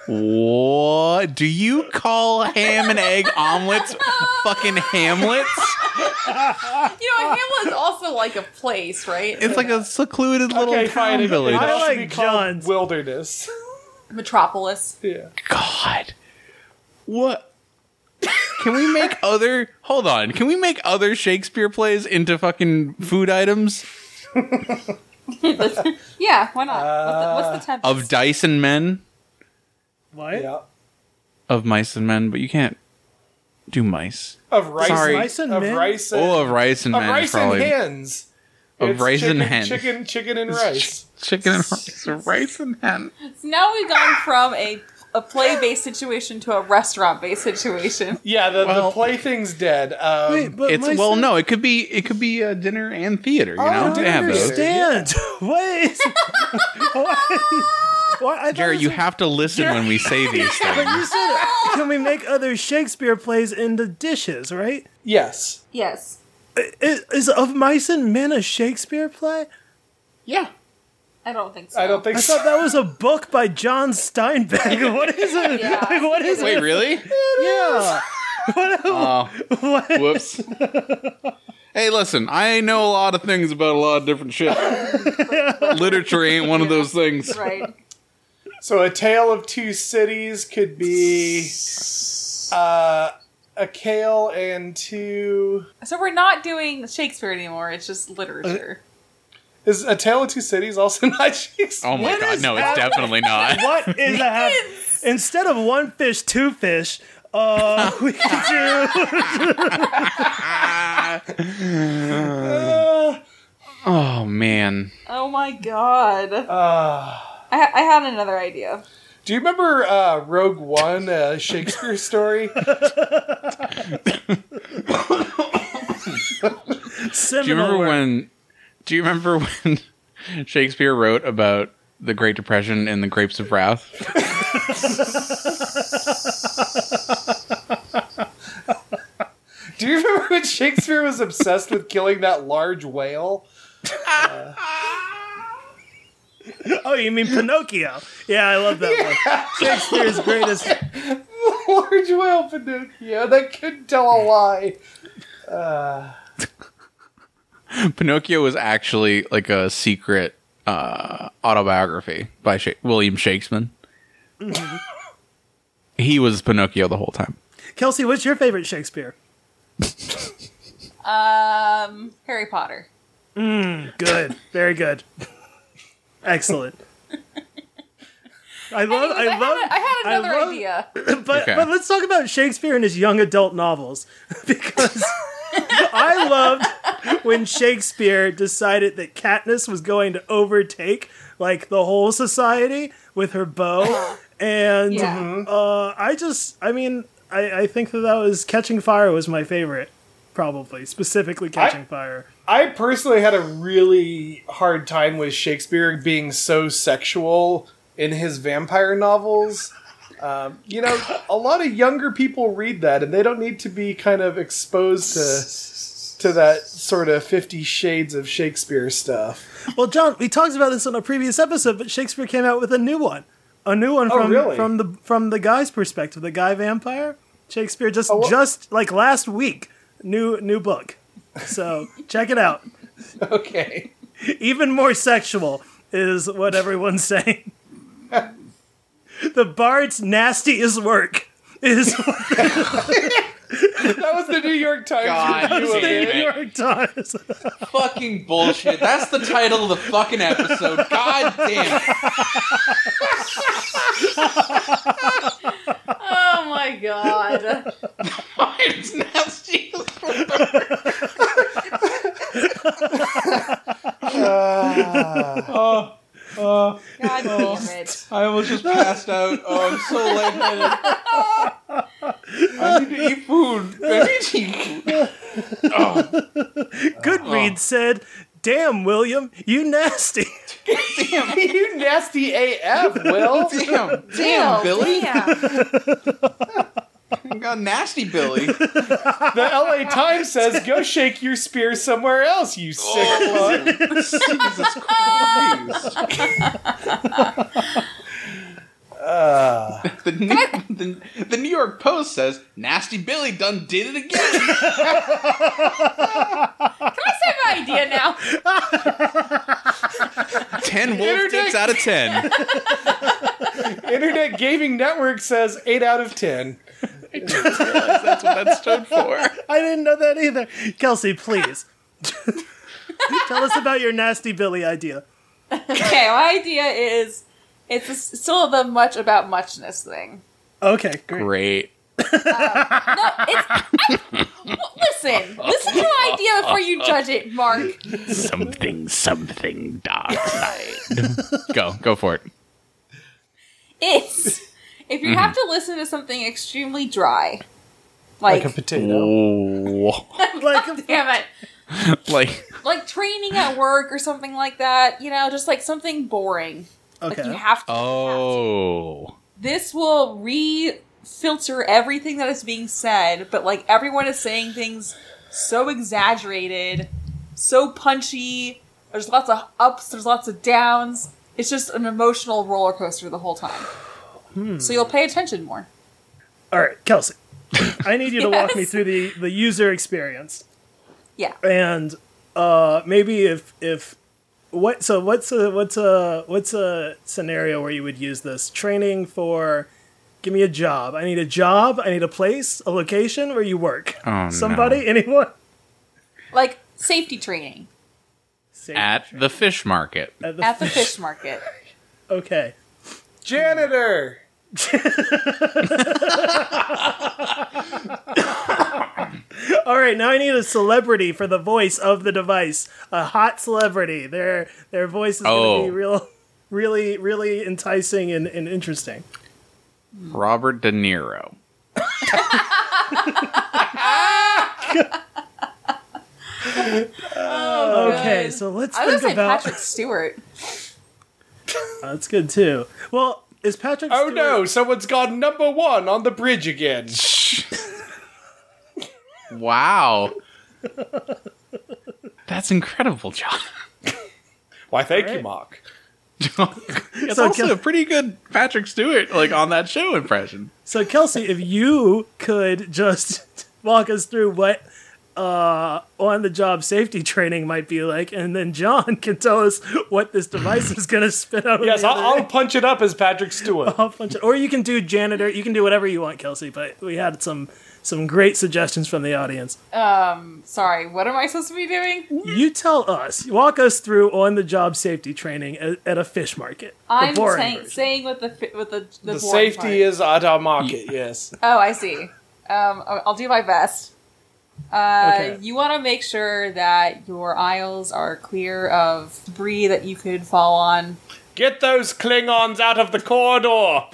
[SPEAKER 1] What do you call ham and egg omelets? Fucking hamlets?
[SPEAKER 3] You know, Hamlet's also like a place, right?
[SPEAKER 1] It's like a secluded little
[SPEAKER 2] Okay,
[SPEAKER 1] town
[SPEAKER 2] fine. It,
[SPEAKER 1] village.
[SPEAKER 2] it
[SPEAKER 4] I
[SPEAKER 2] should
[SPEAKER 4] like
[SPEAKER 2] be called
[SPEAKER 4] John's.
[SPEAKER 2] Wilderness.
[SPEAKER 3] Metropolis.
[SPEAKER 2] yeah.
[SPEAKER 1] God. What? Can we make other hold on, can we make other Shakespeare plays into fucking food items?
[SPEAKER 3] Yeah, why not? what's, the, what's the tempest?
[SPEAKER 1] Uh, Of dice and men?
[SPEAKER 4] What?
[SPEAKER 2] yeah.
[SPEAKER 1] Of mice and men, but you can't do mice.
[SPEAKER 2] Of rice,
[SPEAKER 1] Sorry.
[SPEAKER 4] Rice and
[SPEAKER 2] of
[SPEAKER 4] men?
[SPEAKER 2] rice and,
[SPEAKER 1] Oh, of rice and
[SPEAKER 2] of
[SPEAKER 1] men.
[SPEAKER 2] rice
[SPEAKER 1] is probably
[SPEAKER 2] and hens.
[SPEAKER 1] Of
[SPEAKER 2] It's
[SPEAKER 1] rice and
[SPEAKER 2] chicken,
[SPEAKER 1] hen.
[SPEAKER 2] Chicken, chicken and rice.
[SPEAKER 1] Chicken and rice. Rice and hen.
[SPEAKER 3] So now we've gone from a a play based situation to a restaurant based situation.
[SPEAKER 2] Yeah, the,
[SPEAKER 1] Well-
[SPEAKER 2] the plaything's dead. Um,
[SPEAKER 4] Wait, but
[SPEAKER 1] It's
[SPEAKER 4] my
[SPEAKER 1] well,
[SPEAKER 4] son-
[SPEAKER 1] no, it could be it could be uh, dinner and theater. You
[SPEAKER 4] I
[SPEAKER 1] know,
[SPEAKER 4] don't
[SPEAKER 1] They have those.
[SPEAKER 2] Oh, understand.
[SPEAKER 4] understand. What is? Why? Why? I thought
[SPEAKER 1] Jerry,
[SPEAKER 4] it
[SPEAKER 1] you
[SPEAKER 4] was-
[SPEAKER 1] have to listen when we say these
[SPEAKER 4] But
[SPEAKER 1] things.
[SPEAKER 4] you said it. Can we make other Shakespeare plays into dishes? Right?
[SPEAKER 2] yes.
[SPEAKER 3] Yes.
[SPEAKER 4] I- Is, is of mice and men a Shakespeare play?
[SPEAKER 1] Yeah,
[SPEAKER 3] I don't think so.
[SPEAKER 2] I don't think
[SPEAKER 4] I
[SPEAKER 2] so.
[SPEAKER 4] thought that was a book by John Steinbeck. What is it?
[SPEAKER 3] Yeah.
[SPEAKER 4] Like, what is
[SPEAKER 1] wait,
[SPEAKER 4] it?
[SPEAKER 1] really?
[SPEAKER 4] Yeah.
[SPEAKER 1] Oh, whoops. Hey, listen, I know a lot of things about a lot of different shit. Literature ain't one of those things.
[SPEAKER 3] Right.
[SPEAKER 2] So, A Tale of Two Cities could be uh, a kale and two.
[SPEAKER 3] So we're not doing Shakespeare anymore. It's just literature.
[SPEAKER 2] Is A Tale of Two Cities also not Shakespeare?
[SPEAKER 1] Oh my
[SPEAKER 4] What
[SPEAKER 1] god,
[SPEAKER 4] is
[SPEAKER 1] no, it's
[SPEAKER 4] happening?
[SPEAKER 1] definitely not.
[SPEAKER 4] What is a hap- Instead of one fish, two fish. Uh, we could do.
[SPEAKER 2] Uh,
[SPEAKER 1] Oh man,
[SPEAKER 3] oh my god.
[SPEAKER 2] uh,
[SPEAKER 3] I, I had another idea.
[SPEAKER 2] do you remember uh, Rogue One, a Shakespeare story?
[SPEAKER 1] do you remember
[SPEAKER 4] similar.
[SPEAKER 1] when? Do you remember when Shakespeare wrote about the Great Depression and the Grapes of Wrath?
[SPEAKER 2] Do you remember when Shakespeare was obsessed with killing that large whale?
[SPEAKER 4] Oh, you mean Pinocchio? Yeah, I love that one. Shakespeare's greatest.
[SPEAKER 2] large whale Pinocchio that couldn't tell a lie.
[SPEAKER 1] Pinocchio was actually like a secret uh, autobiography by Sha- William Shakespeare.
[SPEAKER 4] Mm-hmm.
[SPEAKER 1] he was Pinocchio the whole time.
[SPEAKER 4] Kelsey, what's your favorite Shakespeare?
[SPEAKER 3] Um, Harry Potter.
[SPEAKER 4] Good, very good, excellent. I love,
[SPEAKER 3] Anyways,
[SPEAKER 4] I love,
[SPEAKER 3] had, a- I had another
[SPEAKER 4] love-
[SPEAKER 3] idea.
[SPEAKER 4] but
[SPEAKER 1] Okay.
[SPEAKER 4] but let's talk about Shakespeare and his young adult novels because I loved when Shakespeare decided that Katniss was going to overtake like the whole society with her bow, and
[SPEAKER 3] Yeah.
[SPEAKER 4] uh, I just, I mean, I, I think that that was Catching Fire was my favorite, probably specifically Catching Fire.
[SPEAKER 2] I personally had a really hard time with Shakespeare being so sexual in his vampire novels. Um, you know, a lot of younger people read that, and they don't need to be kind of exposed to to that sort of Fifty Shades of Shakespeare stuff.
[SPEAKER 4] Well, John, we talked about this on a previous episode, but Shakespeare came out with a new one. A new one from
[SPEAKER 2] Oh, really?
[SPEAKER 4] from the from the guy's perspective, the guy vampire. Shakespeare just
[SPEAKER 2] Oh, wha-
[SPEAKER 4] just like last week, new new book. So check it out.
[SPEAKER 2] Okay.
[SPEAKER 4] Even more sexual is what everyone's saying. the Bard's nastiest work is what
[SPEAKER 2] That was the New York Times.
[SPEAKER 1] God
[SPEAKER 2] review of
[SPEAKER 1] damn
[SPEAKER 2] it.
[SPEAKER 4] the
[SPEAKER 1] it.
[SPEAKER 4] New York Times.
[SPEAKER 2] Oh.
[SPEAKER 1] fucking bullshit. That's the title of the fucking episode. God damn it.
[SPEAKER 3] Oh my god.
[SPEAKER 1] It's nasty.
[SPEAKER 3] God damn it.
[SPEAKER 1] I almost just passed out. Oh, I'm so lightheaded. I need to eat food. oh,
[SPEAKER 4] Goodreads said, "Damn, William, you nasty."
[SPEAKER 2] you nasty AF, Will.
[SPEAKER 1] damn.
[SPEAKER 3] Damn,
[SPEAKER 1] Billy.
[SPEAKER 3] Damn.
[SPEAKER 1] God, nasty Billy.
[SPEAKER 2] The LA Times says, go shake your spear somewhere else, you sick fuck.
[SPEAKER 1] Jesus Christ. the, New, the, the New York Post says, Nasty Billy done did it again.
[SPEAKER 3] I have an idea now.
[SPEAKER 1] Ten wolf
[SPEAKER 2] Internet-
[SPEAKER 1] dicks out of ten.
[SPEAKER 2] Internet Gaming Network says 8 out of 10.
[SPEAKER 1] That's what that stood for.
[SPEAKER 4] I didn't know that either. Kelsey, please. Tell us about your nasty Billy idea.
[SPEAKER 3] Okay, my idea is it's a, still the much about muchness thing.
[SPEAKER 4] Okay, great.
[SPEAKER 1] Great.
[SPEAKER 3] No, it's. I, well, listen, listen to my idea before you judge it, Mark.
[SPEAKER 1] Something, something dark side. go, go for it.
[SPEAKER 3] It's If you have to listen to something extremely dry, like,
[SPEAKER 2] Mm-hmm. Like a potato.
[SPEAKER 1] Whoa.
[SPEAKER 4] Like a
[SPEAKER 3] damn it,
[SPEAKER 1] like,
[SPEAKER 3] like training at work or something like that, you know, just like something boring. Like you
[SPEAKER 4] okay.
[SPEAKER 3] have to.
[SPEAKER 1] oh.
[SPEAKER 3] This will re filter everything that is being said, but like everyone is saying things so exaggerated, so punchy. There's lots of ups, there's lots of downs. It's just an emotional roller coaster the whole time.
[SPEAKER 4] Hmm.
[SPEAKER 3] So you'll pay attention more.
[SPEAKER 4] All right, Kelsey. I need you to walk me
[SPEAKER 3] Yes.
[SPEAKER 4] through the the user experience
[SPEAKER 3] Yeah.
[SPEAKER 4] and uh maybe if if what so what's a what's a what's a scenario where you would use this training for give me a job. I need a job, I need a place, a location where you work.
[SPEAKER 1] Oh, no.
[SPEAKER 4] Somebody, anyone?
[SPEAKER 3] Like safety training
[SPEAKER 4] Safety
[SPEAKER 1] At
[SPEAKER 4] training.
[SPEAKER 1] the fish market.
[SPEAKER 4] at the,
[SPEAKER 3] at the
[SPEAKER 4] fish-
[SPEAKER 3] fish market.
[SPEAKER 4] Okay.
[SPEAKER 2] Janitor.
[SPEAKER 4] All right, now I need a celebrity for the voice of the device. A hot celebrity. Their their voice is
[SPEAKER 1] Oh.
[SPEAKER 4] going to be real, really, really enticing and, and interesting.
[SPEAKER 1] Robert De Niro.
[SPEAKER 4] Okay,
[SPEAKER 3] good.
[SPEAKER 4] so let's
[SPEAKER 3] I was
[SPEAKER 4] think
[SPEAKER 3] gonna say
[SPEAKER 4] about
[SPEAKER 3] Patrick Stewart.
[SPEAKER 4] Oh, that's good too. Well, is Patrick?
[SPEAKER 2] Oh
[SPEAKER 4] Stewart-
[SPEAKER 2] no, someone's gone number one on the bridge again.
[SPEAKER 1] Wow. That's incredible, John.
[SPEAKER 2] Why, thank you,
[SPEAKER 4] Alright.
[SPEAKER 2] Mark.
[SPEAKER 1] it's
[SPEAKER 4] So,
[SPEAKER 1] also
[SPEAKER 4] Kel-
[SPEAKER 1] a pretty good Patrick Stewart, like on that show impression.
[SPEAKER 4] So Kelsey, if you could just walk us through what uh, on the job safety training might be like, and then John can tell us what this device is going to spit out. on
[SPEAKER 2] Yes,
[SPEAKER 4] the
[SPEAKER 2] I'll,
[SPEAKER 4] other
[SPEAKER 2] I'll
[SPEAKER 4] end.
[SPEAKER 2] punch it up as Patrick Stewart.
[SPEAKER 4] I'll punch it. Or you can do janitor. You can do whatever you want, Kelsey. But we had some some great suggestions from the audience.
[SPEAKER 3] Um, sorry, what am I supposed to be doing?
[SPEAKER 4] You tell us. Walk us through on the job safety training at, at a fish market. The
[SPEAKER 3] I'm
[SPEAKER 4] boring
[SPEAKER 3] saying,
[SPEAKER 4] version.
[SPEAKER 3] saying with the fi- with the the,
[SPEAKER 2] The,
[SPEAKER 3] boring
[SPEAKER 2] safety
[SPEAKER 3] part.
[SPEAKER 2] is at our market, yes.
[SPEAKER 3] Oh, I see. Um, I'll I'll do my best. Uh,
[SPEAKER 4] Okay.
[SPEAKER 3] You want to make sure that your aisles are clear of debris that you could fall on.
[SPEAKER 2] Get those Klingons out of the corridor!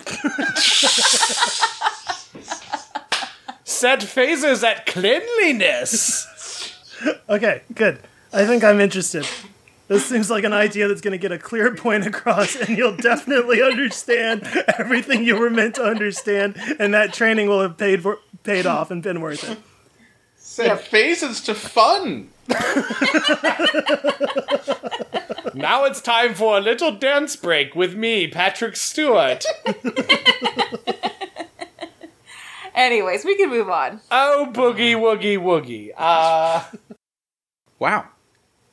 [SPEAKER 2] Set phasers at cleanliness!
[SPEAKER 4] Okay, good. I think I'm interested. This seems like an idea that's going to get a clear point across, and you'll definitely understand everything you were meant to understand, and that training will have paid for, paid off and been worth it.
[SPEAKER 1] Said faces to fun.
[SPEAKER 2] Now it's time for a little dance break with me, Patrick Stewart.
[SPEAKER 3] Anyways, we can move on.
[SPEAKER 2] Oh, boogie woogie woogie. Uh,
[SPEAKER 1] Wow.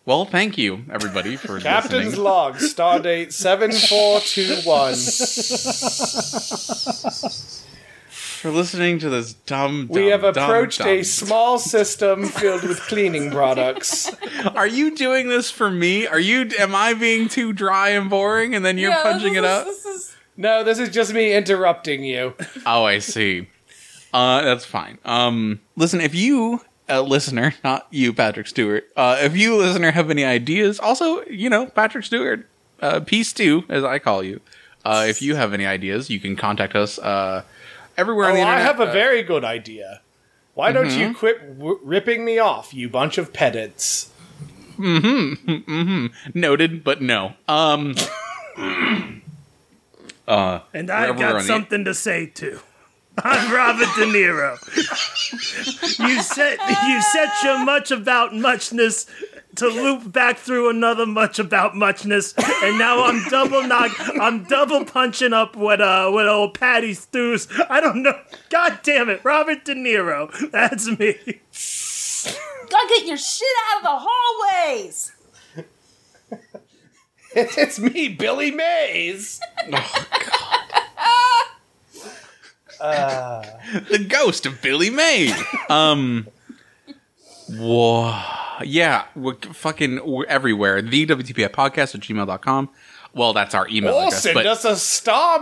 [SPEAKER 1] Well, thank you everybody for
[SPEAKER 2] Captain's
[SPEAKER 1] listening.
[SPEAKER 2] log, stardate 7421.
[SPEAKER 1] for listening to this dumb.
[SPEAKER 2] We
[SPEAKER 1] dumb,
[SPEAKER 2] have
[SPEAKER 1] dumb,
[SPEAKER 2] approached a
[SPEAKER 1] dumb-
[SPEAKER 2] small system filled with cleaning products.
[SPEAKER 1] Are you doing this for me? Are you? Am I being too dry and boring, and then you're
[SPEAKER 3] Yeah,
[SPEAKER 1] punching
[SPEAKER 3] this
[SPEAKER 1] it
[SPEAKER 3] is-
[SPEAKER 1] up?
[SPEAKER 3] This is
[SPEAKER 2] No, this is just me interrupting you.
[SPEAKER 1] Oh, I see. Uh, that's fine. Um, listen, if you, a listener, not you, Patrick Stewart, uh, if you, listener, have any ideas, also, you know, Patrick Stewart, uh, Peace 2, as I call you, uh, if you have any ideas, you can contact us uh, everywhere on
[SPEAKER 2] Oh,
[SPEAKER 1] the
[SPEAKER 2] I
[SPEAKER 1] internet.
[SPEAKER 2] have a
[SPEAKER 1] Uh, Mm-hmm.
[SPEAKER 2] very good idea. Why don't you quit w- ripping me off, you bunch of pedants?
[SPEAKER 1] noted, but no. Um,
[SPEAKER 4] And I've
[SPEAKER 1] Wherever we're on
[SPEAKER 4] got
[SPEAKER 1] the-
[SPEAKER 4] something to say too. I'm Robert De Niro. you said you said your much about muchness to loop back through another much about muchness, and now I'm double knock. I'm double punching up what uh what old Patty Stews. I don't know. God damn it, Robert De Niro. That's me.
[SPEAKER 3] gotta get your shit out of the hallways.
[SPEAKER 2] it's me, Billy Mays.
[SPEAKER 1] oh, God. the ghost of Billy May. Um. Whoa. Yeah. We're fucking we're everywhere. The WTPI podcast at gmail.com. Well, that's our email
[SPEAKER 2] Or
[SPEAKER 1] address.
[SPEAKER 2] send
[SPEAKER 1] But
[SPEAKER 2] us a star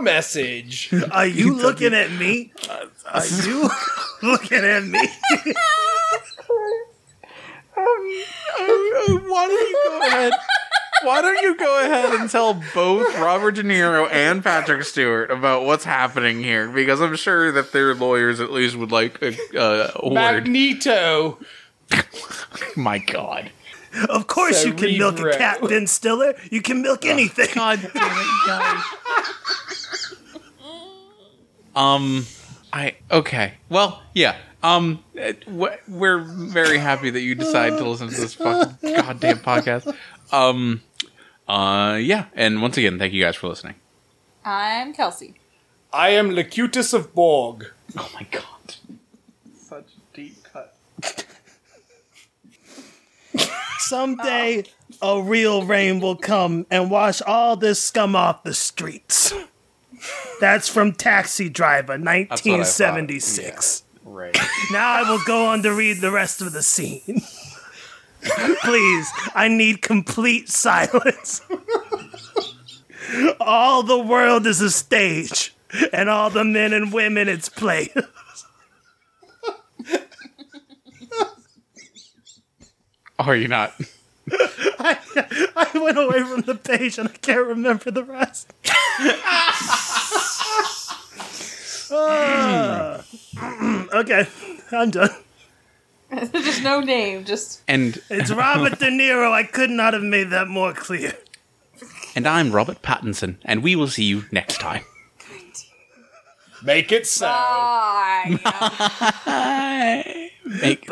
[SPEAKER 2] message.
[SPEAKER 4] Are you looking at me? Are you looking at me?
[SPEAKER 1] why don't you go ahead Why don't you go ahead and tell both Robert De Niro and Patrick Stewart about what's happening here? Because I'm sure that their lawyers at least would like a, uh, a word.
[SPEAKER 2] Magneto.
[SPEAKER 1] My God.
[SPEAKER 4] Of course, you can milk a
[SPEAKER 2] Cerebro.
[SPEAKER 4] cat, Ben Stiller. You can milk anything.
[SPEAKER 1] God damn it, guys. um, I okay. Well, yeah. Um, it- wh- we're very happy that you decided to listen to this fucking goddamn podcast. Um, uh, yeah. And once again, thank you guys for listening.
[SPEAKER 3] I'm Kelsey.
[SPEAKER 2] I am Locutus of Borg.
[SPEAKER 1] Oh my god.
[SPEAKER 5] Such deep cut.
[SPEAKER 4] Someday, a real rain will come and wash all this scum off the streets. That's from Taxi Driver, 1976.
[SPEAKER 1] Right.
[SPEAKER 4] Now I will go on to read the rest of the scene. Please, I need complete silence. all the world is a stage, and all the men and women its play.
[SPEAKER 1] Are you not?
[SPEAKER 4] I, I went away from the page and I can't remember the rest. Ah. okay, I'm done.
[SPEAKER 3] There's no name, just
[SPEAKER 1] And
[SPEAKER 4] It's Robert De Niro. I could not have made that more clear.
[SPEAKER 1] and I'm Robert Pattinson, and we will see you next time.
[SPEAKER 2] Make it so.
[SPEAKER 3] I.
[SPEAKER 1] Make-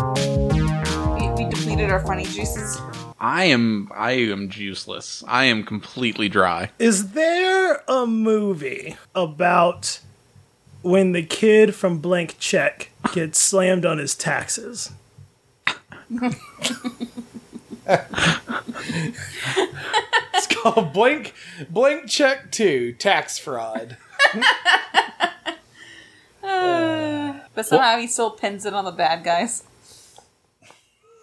[SPEAKER 3] we, we depleted our funny juices.
[SPEAKER 1] I am I am juiceless. I am completely dry.
[SPEAKER 4] Is there a movie about when the kid from Blank Check gets slammed on his taxes?
[SPEAKER 2] It's called Blank Blank Check 2 Tax Fraud.
[SPEAKER 3] But somehow he still pins it on the bad guys.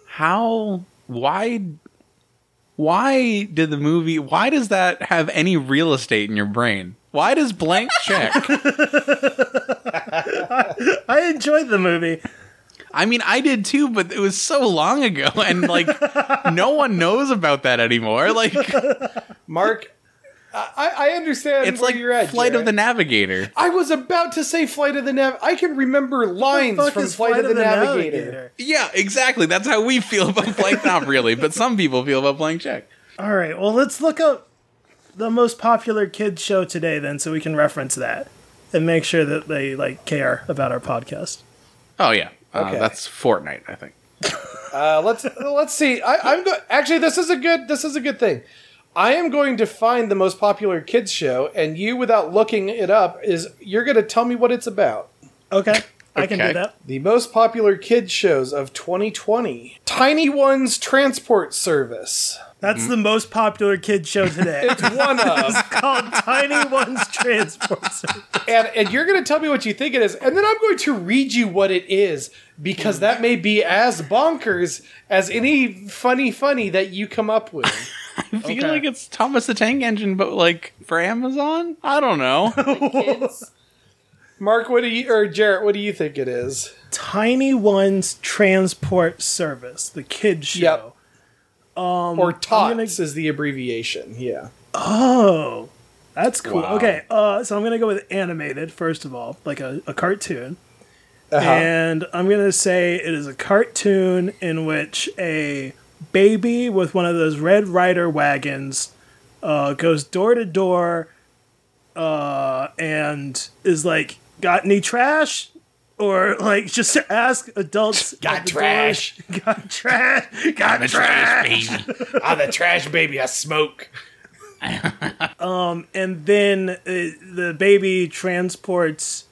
[SPEAKER 1] How why why did the movie why does that have any real estate in your brain? Why does blank check?
[SPEAKER 4] I enjoyed the movie.
[SPEAKER 1] I mean, I did too, but it was so long ago and like no one knows about that anymore. Like
[SPEAKER 2] Mark, I- I, I understand
[SPEAKER 1] it's
[SPEAKER 2] where
[SPEAKER 1] like
[SPEAKER 2] you're at.
[SPEAKER 1] Flight of
[SPEAKER 2] Jared.
[SPEAKER 1] the Navigator.
[SPEAKER 2] I was about to say Flight of the Nav. I can remember lines
[SPEAKER 4] Fuck
[SPEAKER 2] from
[SPEAKER 4] is
[SPEAKER 2] Flight, of the, Navigator.
[SPEAKER 1] Yeah, exactly. That's how we feel about blank not really, but some people feel about blank check.
[SPEAKER 4] All right. Well, let's look up the most popular kids show today, then, so we can reference that and make sure that they like care about our podcast.
[SPEAKER 1] Oh yeah. Uh,
[SPEAKER 2] Okay.
[SPEAKER 1] that's Fortnite, I think.
[SPEAKER 2] Uh, let's let's see. I, I'm go- actually this is a good this is a good thing. I am going to find the most popular kids show, and you, without looking it up, is you're going to tell me what it's about.
[SPEAKER 4] Okay, I can
[SPEAKER 1] Okay.
[SPEAKER 4] do that.
[SPEAKER 2] The most popular kids shows of 2020: Tiny Ones Transport Service.
[SPEAKER 4] That's the most popular kids show today.
[SPEAKER 2] One of,
[SPEAKER 4] called Tiny Ones Transport Service.
[SPEAKER 2] and and you're going to tell me what you think it is, and then I'm going to read you what it is because that may be as bonkers as any funny funny that you come up with.
[SPEAKER 1] I feel
[SPEAKER 4] Okay.
[SPEAKER 1] like it's Thomas the Tank Engine, but like for Amazon? I don't know.
[SPEAKER 3] The kids.
[SPEAKER 2] Mark, what do you or Jarrett? What do you think it is?
[SPEAKER 4] Tiny Ones Transport Service, the kids show.
[SPEAKER 2] Yep. or TOTS
[SPEAKER 4] gonna-
[SPEAKER 2] is the abbreviation. Yeah.
[SPEAKER 4] Oh, that's cool.
[SPEAKER 1] Wow.
[SPEAKER 4] Okay, uh, so I'm gonna go with animated first of all, like a, a cartoon,
[SPEAKER 2] Uh-huh.
[SPEAKER 4] and I'm gonna say it is a cartoon in which a baby with one of those Red Rider wagons uh, goes door to door, uh, and is like, "Got any trash?" Or like just to ask adults. at
[SPEAKER 2] Got
[SPEAKER 4] the door,
[SPEAKER 2] trash.
[SPEAKER 4] got trash. Got trash.
[SPEAKER 2] Ah, the trash baby, I smoke.
[SPEAKER 4] and then uh, the baby transports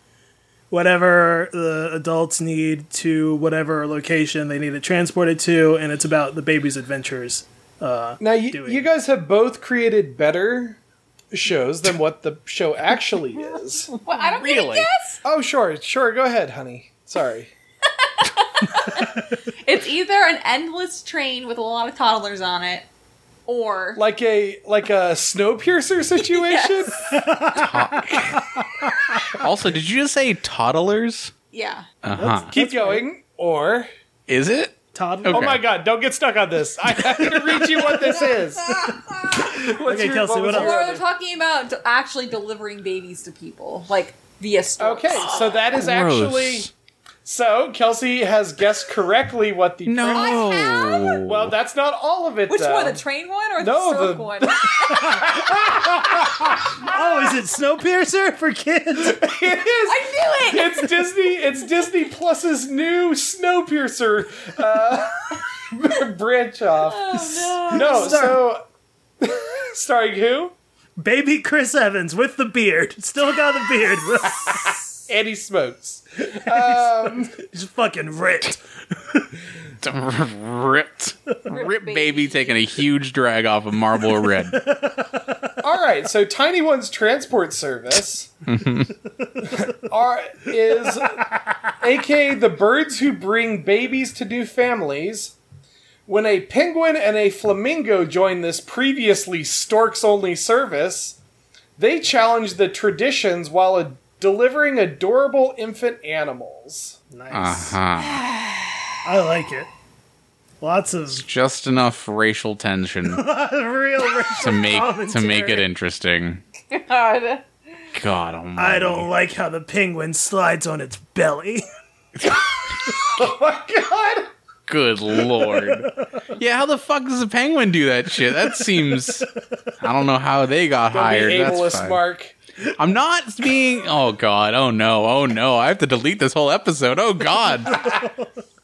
[SPEAKER 4] whatever the adults need to whatever location they need it transported to, and it's about the baby's adventures.
[SPEAKER 2] Now, you,
[SPEAKER 4] Doing.
[SPEAKER 2] you guys have both created better shows than what the show actually is.
[SPEAKER 3] Well, I don't really?
[SPEAKER 1] Really?
[SPEAKER 3] guess.
[SPEAKER 2] Oh, sure, sure. Go ahead, honey. Sorry.
[SPEAKER 3] It's either an endless train with a lot of toddlers on it, or
[SPEAKER 2] Like a like a snowpiercer situation.
[SPEAKER 1] Also, did you just say toddlers?
[SPEAKER 3] yeah,
[SPEAKER 1] Uh huh.
[SPEAKER 2] Keep going. Or
[SPEAKER 1] Is it?
[SPEAKER 4] Todd.
[SPEAKER 2] oh
[SPEAKER 1] Okay.
[SPEAKER 2] my god, don't get stuck on this. I have to read you what this is.
[SPEAKER 5] What's
[SPEAKER 4] Okay, Kelsey,
[SPEAKER 5] was
[SPEAKER 3] or
[SPEAKER 4] what else?
[SPEAKER 5] your
[SPEAKER 3] we're
[SPEAKER 5] other-
[SPEAKER 3] talking about d- actually delivering babies to people, like via stores.
[SPEAKER 2] Okay, so that is actually
[SPEAKER 1] Gross.
[SPEAKER 2] so. Kelsey has guessed correctly what the
[SPEAKER 1] No.
[SPEAKER 2] premise-
[SPEAKER 3] I have?
[SPEAKER 2] Well, that's not all of it.
[SPEAKER 3] Which
[SPEAKER 2] though.
[SPEAKER 3] one, the train one or
[SPEAKER 2] No,
[SPEAKER 3] the surf
[SPEAKER 2] the-
[SPEAKER 3] one?
[SPEAKER 4] Oh, is it Snowpiercer for kids?
[SPEAKER 2] it is.
[SPEAKER 3] I knew it.
[SPEAKER 2] it's Disney. It's Disney Plus's new Snowpiercer uh, branch off.
[SPEAKER 3] Oh no!
[SPEAKER 2] No, so starring who?
[SPEAKER 4] Baby Chris Evans with the beard. Still got the beard.
[SPEAKER 2] Andy Smokes.
[SPEAKER 4] He's fucking ripped.
[SPEAKER 1] Ripped. Rip
[SPEAKER 3] baby.
[SPEAKER 1] baby taking a huge drag off of Marble Red.
[SPEAKER 2] All right, so Tiny One's transport service are is aka the birds who bring babies to new families. When a penguin and a flamingo join this previously storks only service, they challenge the traditions while a- delivering adorable infant animals.
[SPEAKER 1] Uh
[SPEAKER 4] Nice.
[SPEAKER 1] huh.
[SPEAKER 4] I like it. Lots of
[SPEAKER 1] Just enough racial tension
[SPEAKER 4] real.
[SPEAKER 1] to make to
[SPEAKER 4] Commentary.
[SPEAKER 1] make it interesting.
[SPEAKER 3] God.
[SPEAKER 1] God Almighty.
[SPEAKER 4] I don't like how the penguin slides on its belly.
[SPEAKER 2] Oh my god!
[SPEAKER 1] Good lord. Yeah, how the fuck does a penguin do that shit? That seems. I don't know how they got
[SPEAKER 2] Don't
[SPEAKER 1] hired.
[SPEAKER 2] be
[SPEAKER 1] That's
[SPEAKER 2] ableist,
[SPEAKER 1] fine.
[SPEAKER 2] Mark.
[SPEAKER 1] I'm not being. Oh god. Oh no. Oh no. I have to delete this whole episode. Oh god.